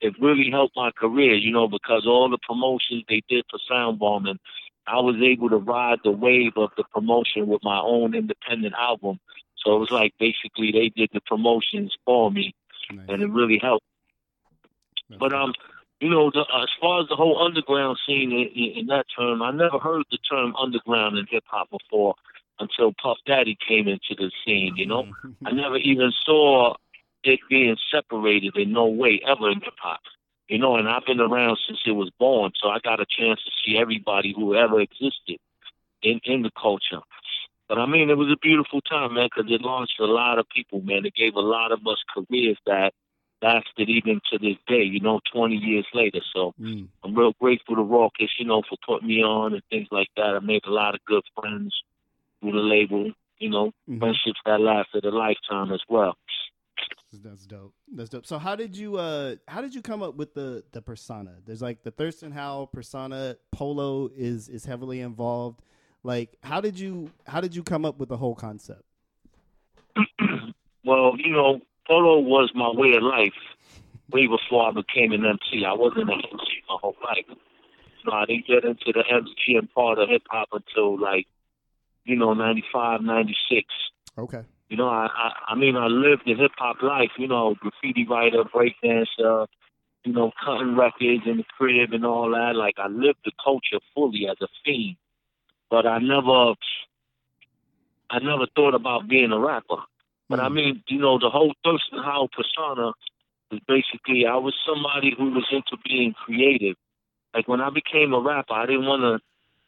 [SPEAKER 4] it really helped my career, you know, because all the promotions they did for Sound Bombing, I was able to ride the wave of the promotion with my own independent album. So it was like basically they did the promotions for me, and it really helped. But um, you know, the, as far as the whole underground scene in, in, in that term, I never heard the term underground in hip hop before until Puff Daddy came into the scene. You know, I never even saw it being separated in no way ever in hip hop. You know, and I've been around since it was born, so I got a chance to see everybody who ever existed in in the culture. But I mean, it was a beautiful time, man, because it launched a lot of people, man. It gave a lot of us careers that lasted even to this day, you know, 20 years later. So
[SPEAKER 1] Mm.
[SPEAKER 4] I'm real grateful to Raucus, you know, for putting me on and things like that. I made a lot of good friends through the label, you know,
[SPEAKER 1] Mhm.
[SPEAKER 4] friendships that lasted a lifetime as well.
[SPEAKER 1] That's dope. That's dope. So how did you uh how did you come up with the the persona? There's like the Thurston Howell persona. Polo is is heavily involved. Like how did you how did you come up with the whole concept?
[SPEAKER 4] Well, you know, polo was my way of life way before I became an MC. I wasn't an MC my whole life. So I didn't get into the MC and part of hip hop until like, you know, 95, 96.
[SPEAKER 1] Okay.
[SPEAKER 4] You know, I, I I mean, I lived the hip hop life. You know, graffiti writer, breakdancer, you know, cutting records in the crib and all that. Like I lived the culture fully as a fiend, but I never, I never thought about being a rapper. But I mean, you know, the whole Thurston Howell persona is basically I was somebody who was into being creative. Like when I became a rapper, I didn't want to,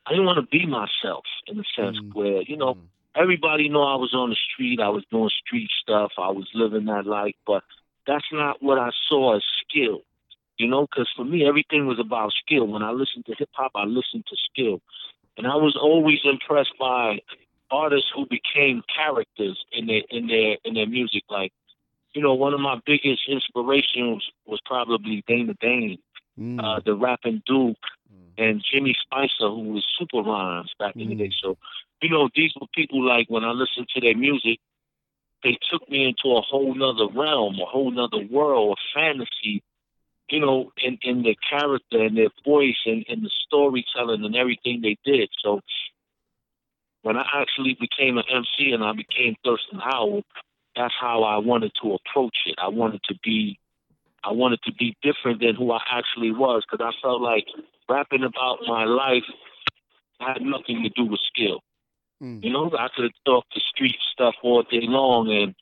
[SPEAKER 4] I didn't want to be myself in a sense
[SPEAKER 1] Mm.
[SPEAKER 4] where you know everybody know I was on the street. I was doing street stuff. I was living that life, but that's not what I saw as skill. You know, because for me, everything was about skill. When I listened to hip hop, I listened to skill, and I was always impressed by artists who became characters in their in their in their music. Like, you know, one of my biggest inspirations was probably Dana Dane,
[SPEAKER 1] Mm.
[SPEAKER 4] uh, the rapping dude and Jimmy Spicer, who was Super Rhymes back in the
[SPEAKER 1] Mhm.
[SPEAKER 4] day. So, you know, these were people like when I listened to their music, they took me into a whole nother realm, a whole nother world of fantasy, you know, in, in their character and their voice and, and the storytelling and everything they did. So when I actually became an MC and I became Thurston Howell, that's how I wanted to approach it. I wanted to be I wanted to be different than who I actually was because I felt like rapping about my life had nothing to do with skill.
[SPEAKER 1] Mm.
[SPEAKER 4] You know, I could have talked the street stuff all day long, and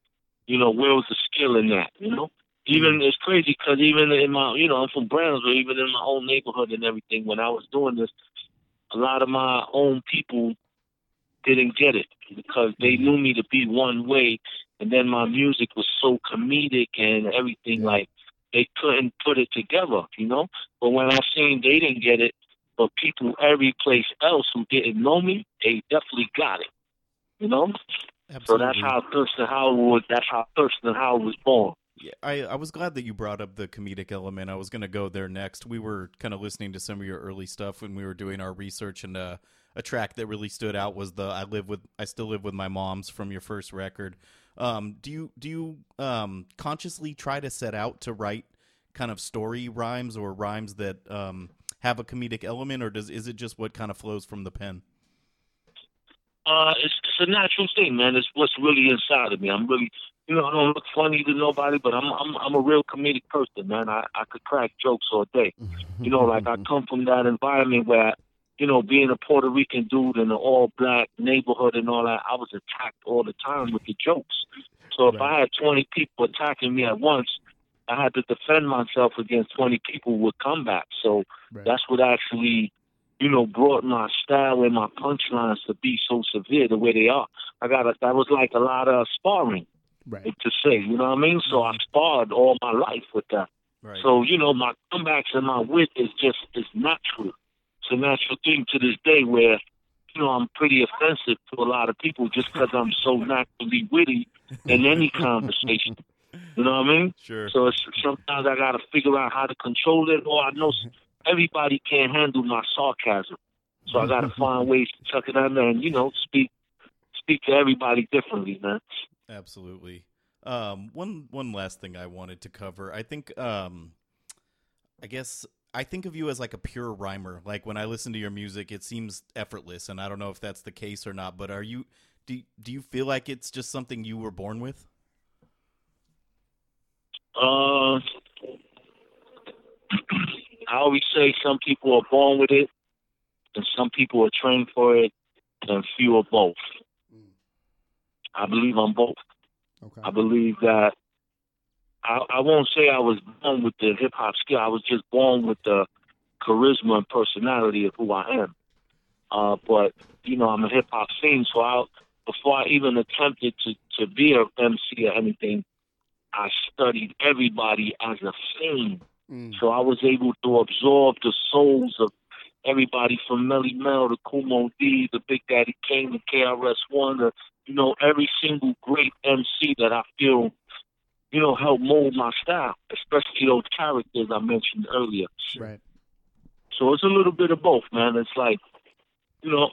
[SPEAKER 4] you know, where was the skill in that? You know, even it's crazy because even in my, you know, I'm from Brownsville, even in my own neighborhood and everything. When I was doing this, a lot of my own people didn't get it because they knew me to be one way, And then my music was so comedic and everything,
[SPEAKER 1] Yeah.
[SPEAKER 4] like they couldn't put it together, you know? But when I seen they didn't get it, but people every place else who didn't know me, they definitely got it. You know? So that's
[SPEAKER 3] Mm-hmm.
[SPEAKER 4] how Thurston Howard was that's how Thurston Howard was born.
[SPEAKER 3] Yeah, I, I was glad that you brought up the comedic element. I was going to go there next. We were kind of listening to some of your early stuff when we were doing our research, and uh, a track that really stood out was the "I live with I still live with my mom's" from your first record. Um, do you do you um, consciously try to set out to write kind of story rhymes or rhymes that um, have a comedic element, or does is it just what kind of flows from the pen?
[SPEAKER 4] Uh, it's, it's a natural thing, man. It's what's really inside of me. I'm really, you know, I don't look funny to nobody, but I'm I'm I'm a real comedic person, man. I I could crack jokes all day. You know, like I come from that environment where, you know, being a Puerto Rican dude in an all black neighborhood and all that, I was attacked all the time with the jokes. So if I had 20 people attacking me at once, I had to defend myself against 20 people with combat. So
[SPEAKER 1] Right.
[SPEAKER 4] that's what actually, you know, brought my style and my punchlines to be so severe the way they are. I got a, that was like a lot of sparring
[SPEAKER 1] Right.
[SPEAKER 4] to say, you know what I mean? So I sparred all my life with that.
[SPEAKER 3] Right.
[SPEAKER 4] So you know, my comebacks and my wit is just is natural. It's a natural thing to this day where you know I'm pretty offensive to a lot of people just because I'm so naturally witty in any conversation. You know what I mean?
[SPEAKER 3] sure.
[SPEAKER 4] So it's, sometimes I got to figure out how to control it, or I know s- everybody can't handle my sarcasm, so I got to find ways to tuck it under and you know speak speak to everybody differently, man.
[SPEAKER 3] Absolutely. Um, one one last thing I wanted to cover. I think um, I guess I think of you as like a pure rhymer. Like when I listen to your music, it seems effortless, and I don't know if that's the case or not. But are you do do you feel like it's just something you were born with?
[SPEAKER 4] Uh, I always say some people are born with it, and some people are trained for it, and few are both. I believe I'm both.
[SPEAKER 1] Okay.
[SPEAKER 4] I believe that I, I won't say I was born with the hip hop skill. I was just born with the charisma and personality of who I am. Uh, but you know, I'm a hip hop fiend, so I before I even attempted to to be a MC or anything, I studied everybody as a fiend.
[SPEAKER 1] Mm.
[SPEAKER 4] So I was able to absorb the souls of everybody from Melly Mel to Kumo D, the Big Daddy Kane, the KRS-One, to, you know, every single great MC that I feel, you know, helped mold my style, especially those characters I mentioned earlier.
[SPEAKER 1] Right.
[SPEAKER 4] So it's a little bit of both, man. It's like, you know,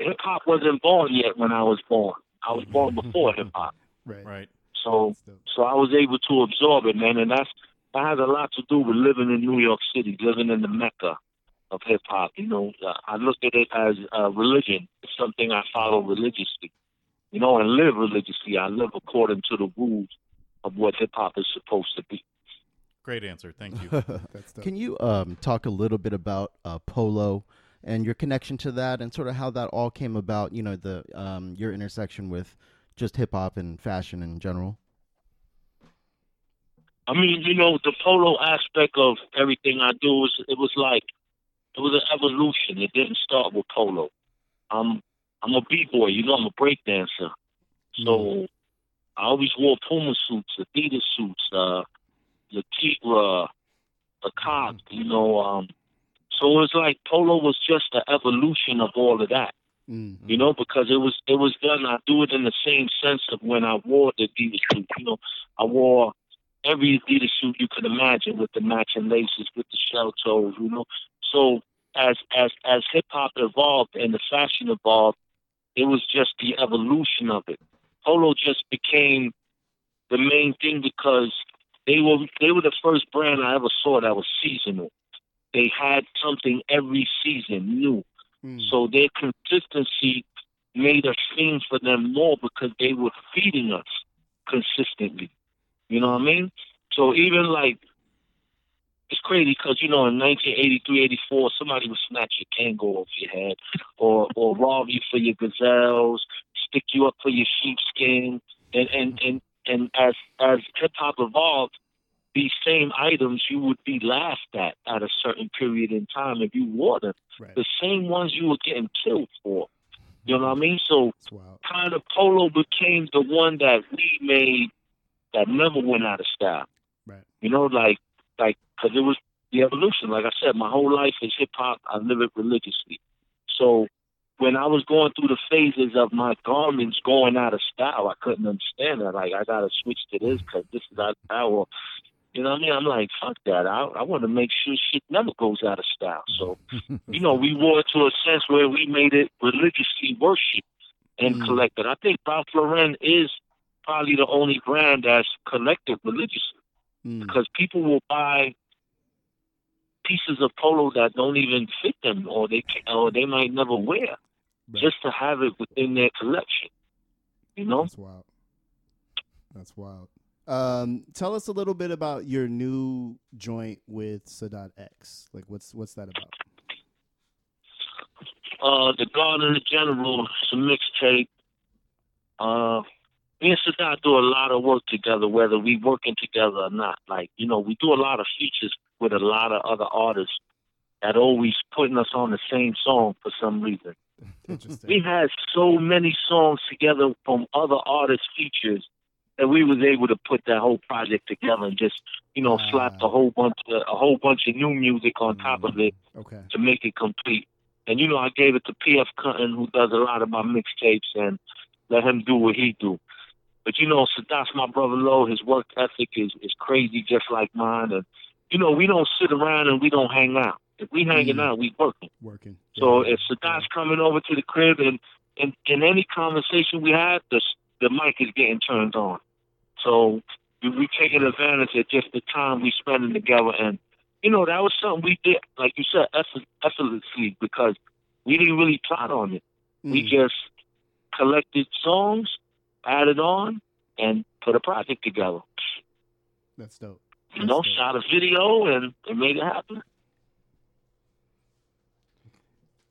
[SPEAKER 4] hip-hop wasn't born yet when I was born. I was born before hip-hop.
[SPEAKER 1] Right.
[SPEAKER 3] Right.
[SPEAKER 4] So
[SPEAKER 1] That's dope.
[SPEAKER 4] so I was able to absorb it, man, and that's that has a lot to do with living in New York City, living in the mecca of hip hop. You know, uh, I look at it as a religion. It's something I follow religiously, you know, and live religiously. I live according to the rules of what hip hop is supposed to be.
[SPEAKER 3] Great answer. Thank you.
[SPEAKER 1] That's dope.
[SPEAKER 2] Can you um, talk a little bit about uh, polo and your connection to that, and sort of how that all came about? You know, the um, your intersection with just hip hop and fashion in general.
[SPEAKER 4] I mean, you know, the polo aspect of everything I do is it was like it was an evolution. It didn't start with polo. I'm I'm a b boy, you know, I'm a break dancer. So I always wore Puma suits, Adidas suits, uh Latigra, the cog, you know, um so it's like polo was just the evolution of all of that
[SPEAKER 1] Mm.
[SPEAKER 4] you know, because it was it was done. I do it in the same sense of when I wore the Adidas suit. You know, I wore every Adidas suit you could imagine with the matching laces, with the shell toes. You know, so as as as hip hop evolved and the fashion evolved, it was just the evolution of it. Polo just became the main thing because they were they were the first brand I ever saw that was seasonal. They had something every season new.
[SPEAKER 1] Mm.
[SPEAKER 4] So their consistency made us sing for them more because they were feeding us consistently. You know what I mean? So even like, it's crazy because, you know, in 1983, 84, somebody would snatch your Kango off your head or, or rob you for your gazelles, stick you up for your sheepskin. And, and, and, and as, as hip hop evolved, these same items you would be laughed at at a certain period in time if you wore them
[SPEAKER 1] Right.
[SPEAKER 4] the same ones you were getting killed for. You know what I mean? So
[SPEAKER 1] It's wild.
[SPEAKER 4] kind of polo became the one that we made that never went out of style.
[SPEAKER 1] Right.
[SPEAKER 4] You know, like like because it was the evolution. Like I said, my whole life is hip hop. I live it religiously. So when I was going through the phases of my garments going out of style, I couldn't understand that. Like I gotta switch to this because this is out of style. Or, you know what I mean? I'm like, fuck that. I I want to make sure shit never goes out of style. So you know, we wore it to a sense where we made it religiously worshipped and
[SPEAKER 1] Mm.
[SPEAKER 4] collected. I think Ralph Lauren is probably the only brand that's collected religiously
[SPEAKER 1] Hmm.
[SPEAKER 2] Mm.
[SPEAKER 4] because people will buy pieces of polo that don't even fit them or they ca- or they might never wear
[SPEAKER 1] Right.
[SPEAKER 4] just to have it within their collection. You know,
[SPEAKER 1] That's wild. That's wild. Um, tell us a little bit about your new joint with Sadat X. Like, what's what's that about?
[SPEAKER 4] uh, the Garden of General is a mixtape. Uh, me and Sadat do a lot of work together, whether we working together or not. Like you know, we do a lot of features with a lot of other artists that always putting us on the same song for some reason. We
[SPEAKER 1] Interesting.
[SPEAKER 4] had so many songs together from other artists' features that we was able to put that whole project together and just, you know,
[SPEAKER 1] Ah.
[SPEAKER 4] slap a whole bunch of, a whole bunch of new music on top of it
[SPEAKER 1] Okay.
[SPEAKER 4] to make it complete. And you know, I gave it to PF Cutton who does a lot of my mixtapes and let him do what he do. But you know, Sadat's my brother Low, his work ethic is, is crazy just like mine and you know, we don't sit around and we don't hang out. If we hanging
[SPEAKER 1] Mm.
[SPEAKER 4] out, we working.
[SPEAKER 1] Working.
[SPEAKER 4] So
[SPEAKER 1] Yeah.
[SPEAKER 4] if Sadat's coming over to the crib and in in any conversation we have, the the mic is getting turned on. So we we taking advantage of just the time we spending together, and you know that was something we did, like you said, effort, effortlessly because we didn't really plot on it. We
[SPEAKER 1] Mm.
[SPEAKER 4] just collected songs, added on, and put a project together.
[SPEAKER 1] That's dope.
[SPEAKER 4] You know,
[SPEAKER 1] That's dope.
[SPEAKER 4] shot a video and, and made it happen.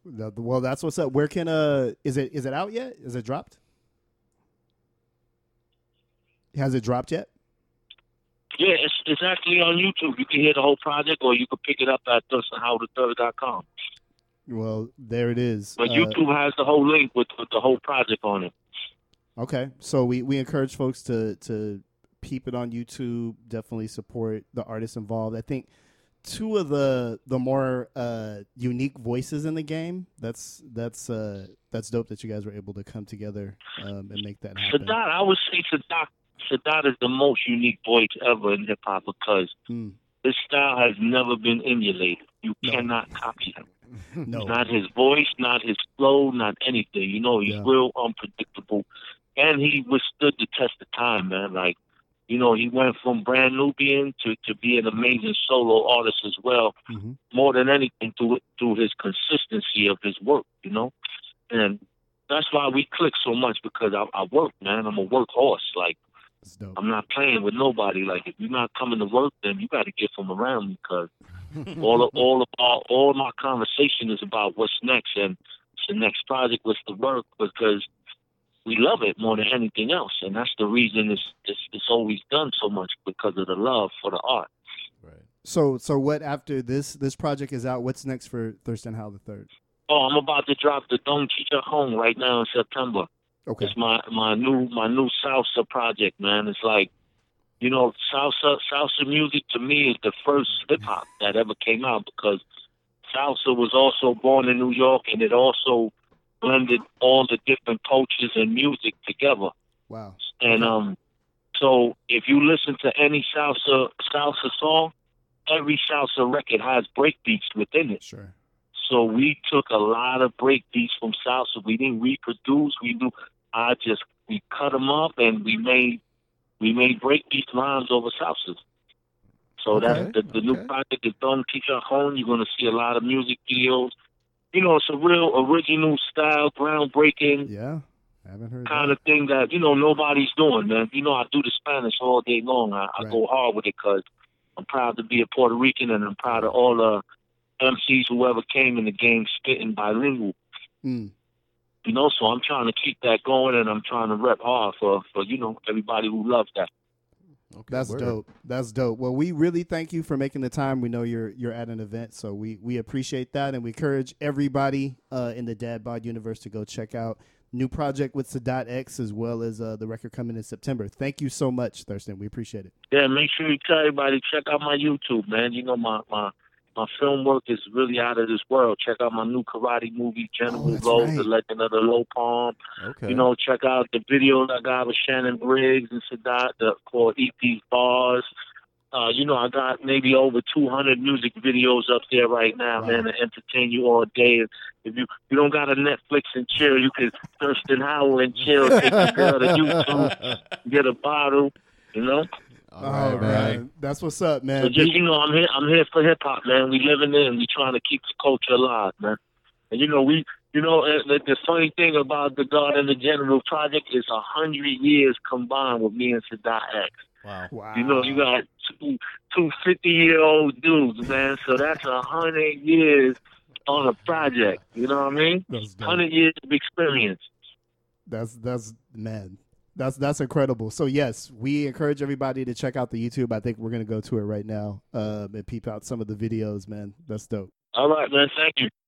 [SPEAKER 1] That- well, that's what's up. Where can uh is it is it out yet? Is it dropped? Has it dropped yet?
[SPEAKER 4] Yeah, it's it's actually on YouTube. You can hear the whole project, or you can pick it up at DustinHowardThird.com.
[SPEAKER 1] Well, there it is.
[SPEAKER 4] But
[SPEAKER 1] Uh,
[SPEAKER 4] YouTube has the whole link with, with the whole project on it.
[SPEAKER 1] Okay, so we we encourage folks to to peep it on YouTube. Definitely support the artists involved. I think two of the the more uh, unique voices in the game. That's that's uh, that's dope that you guys were able to come together um, and make that happen.
[SPEAKER 4] Sadat, I would say Sadat, Sadat is the most unique voice ever in hip hop because
[SPEAKER 1] Mm.
[SPEAKER 4] his style has never been emulated. You
[SPEAKER 1] No.
[SPEAKER 4] cannot copy him.
[SPEAKER 1] No,
[SPEAKER 4] Not his voice, not his flow, not anything. You know, he's
[SPEAKER 1] Yeah.
[SPEAKER 4] real unpredictable, and he withstood the test of time, man. Like, you know, he went from brand Nubian to to be an amazing solo artist as well.
[SPEAKER 1] Mhm.
[SPEAKER 4] more than anything through through his consistency of his work, you know. And that's why we click so much because I, I work, man. I'm a workhorse. Like
[SPEAKER 1] that's dope.
[SPEAKER 4] I'm not playing with nobody. Like if you're not coming to work, then you got to get from around me because all of, all of our, all my conversation is about what's next and it's the next project, what's the work because we love it more than anything else, and that's the reason it's it's, it's always done so much because of the love for the art.
[SPEAKER 3] Right.
[SPEAKER 1] So so what after this this project is out? What's next for Thurston Howell the third?
[SPEAKER 4] Oh, I'm about to drop the Don't Teach at Home right now in September.
[SPEAKER 1] Okay,
[SPEAKER 4] It's my my new my new salsa project, man. It's like, you know, salsa salsa music to me is the first hip hop that ever came out because salsa was also born in New York and it also blended all the different cultures and music together.
[SPEAKER 1] wow.
[SPEAKER 4] And um, so if you listen to any salsa salsa song, every salsa record has break beats within it.
[SPEAKER 1] Sure.
[SPEAKER 4] So we took a lot of break beats from salsa. We didn't reproduce. We do. I just we cut them up and we made we made break beat rhymes over salsa. So
[SPEAKER 1] Okay,
[SPEAKER 4] that's the, the new
[SPEAKER 2] okay.
[SPEAKER 4] project is done. Teacher Home. You're gonna see a lot of music videos. You know, it's a real original style, groundbreaking
[SPEAKER 1] Yeah, I haven't heard.
[SPEAKER 4] kind
[SPEAKER 1] that.
[SPEAKER 4] of Mm-hmm. thing that you know nobody's doing, man. You know, I do the Spanish all day long. I, I
[SPEAKER 1] Right.
[SPEAKER 4] go hard with it because I'm proud to be a Puerto Rican and I'm proud of all the MCs whoever came in the game spitting bilingual.
[SPEAKER 1] Mm.
[SPEAKER 4] You know, so I'm trying to keep that going and I'm trying to rep hard for for you know everybody who loves that.
[SPEAKER 2] Okay,
[SPEAKER 1] That's
[SPEAKER 2] word.
[SPEAKER 1] dope. That's dope. Well, we really thank you for making the time. We know you're you're at an event, so we we appreciate that, and we encourage everybody uh, in the Dad Bod universe to go check out new project with Sadat X as well as uh, the record coming in September. Thank you so much, Thurston. We appreciate it.
[SPEAKER 4] Yeah, make sure you tell everybody check out my YouTube, man. You know my my my film work is really out of this world. Check out my new karate movie,
[SPEAKER 1] Oh,
[SPEAKER 4] General
[SPEAKER 1] that's
[SPEAKER 4] Low,
[SPEAKER 1] right.
[SPEAKER 4] The Legend of the Low Palm.
[SPEAKER 2] Okay.
[SPEAKER 4] You know, check out the video that I got with Shannon Briggs and Sadat the, called EP Bars. Uh, you know, I got maybe over 200 music videos up there right now,
[SPEAKER 1] Wow.
[SPEAKER 4] man, to entertain you all day. If you you don't got a Netflix and chill, you can Thurston Howell and chill, take a girl to YouTube, get a bottle, you know.
[SPEAKER 2] All right, man.
[SPEAKER 1] man. that's what's up,
[SPEAKER 4] So
[SPEAKER 1] man.
[SPEAKER 4] just you know, I'm here. I'm here for hip hop, man. We living in. We trying to keep the culture alive, man. And you know, we, you know, uh, the, the funny thing about the God and the General project is a hundred years combined with me and Sadat X.
[SPEAKER 3] Wow.
[SPEAKER 1] wow.
[SPEAKER 4] You know, you got two two fifty year old dudes, man. So that's a hundred years on a project. You know what I mean?
[SPEAKER 1] that's dope.
[SPEAKER 4] Hundred years of experience.
[SPEAKER 1] That's that's man. That's that's incredible. So yes, we encourage everybody to check out the YouTube. I think we're gonna go to it right now um, and peep out some of the videos, man. That's dope.
[SPEAKER 4] All right, man. Thank you.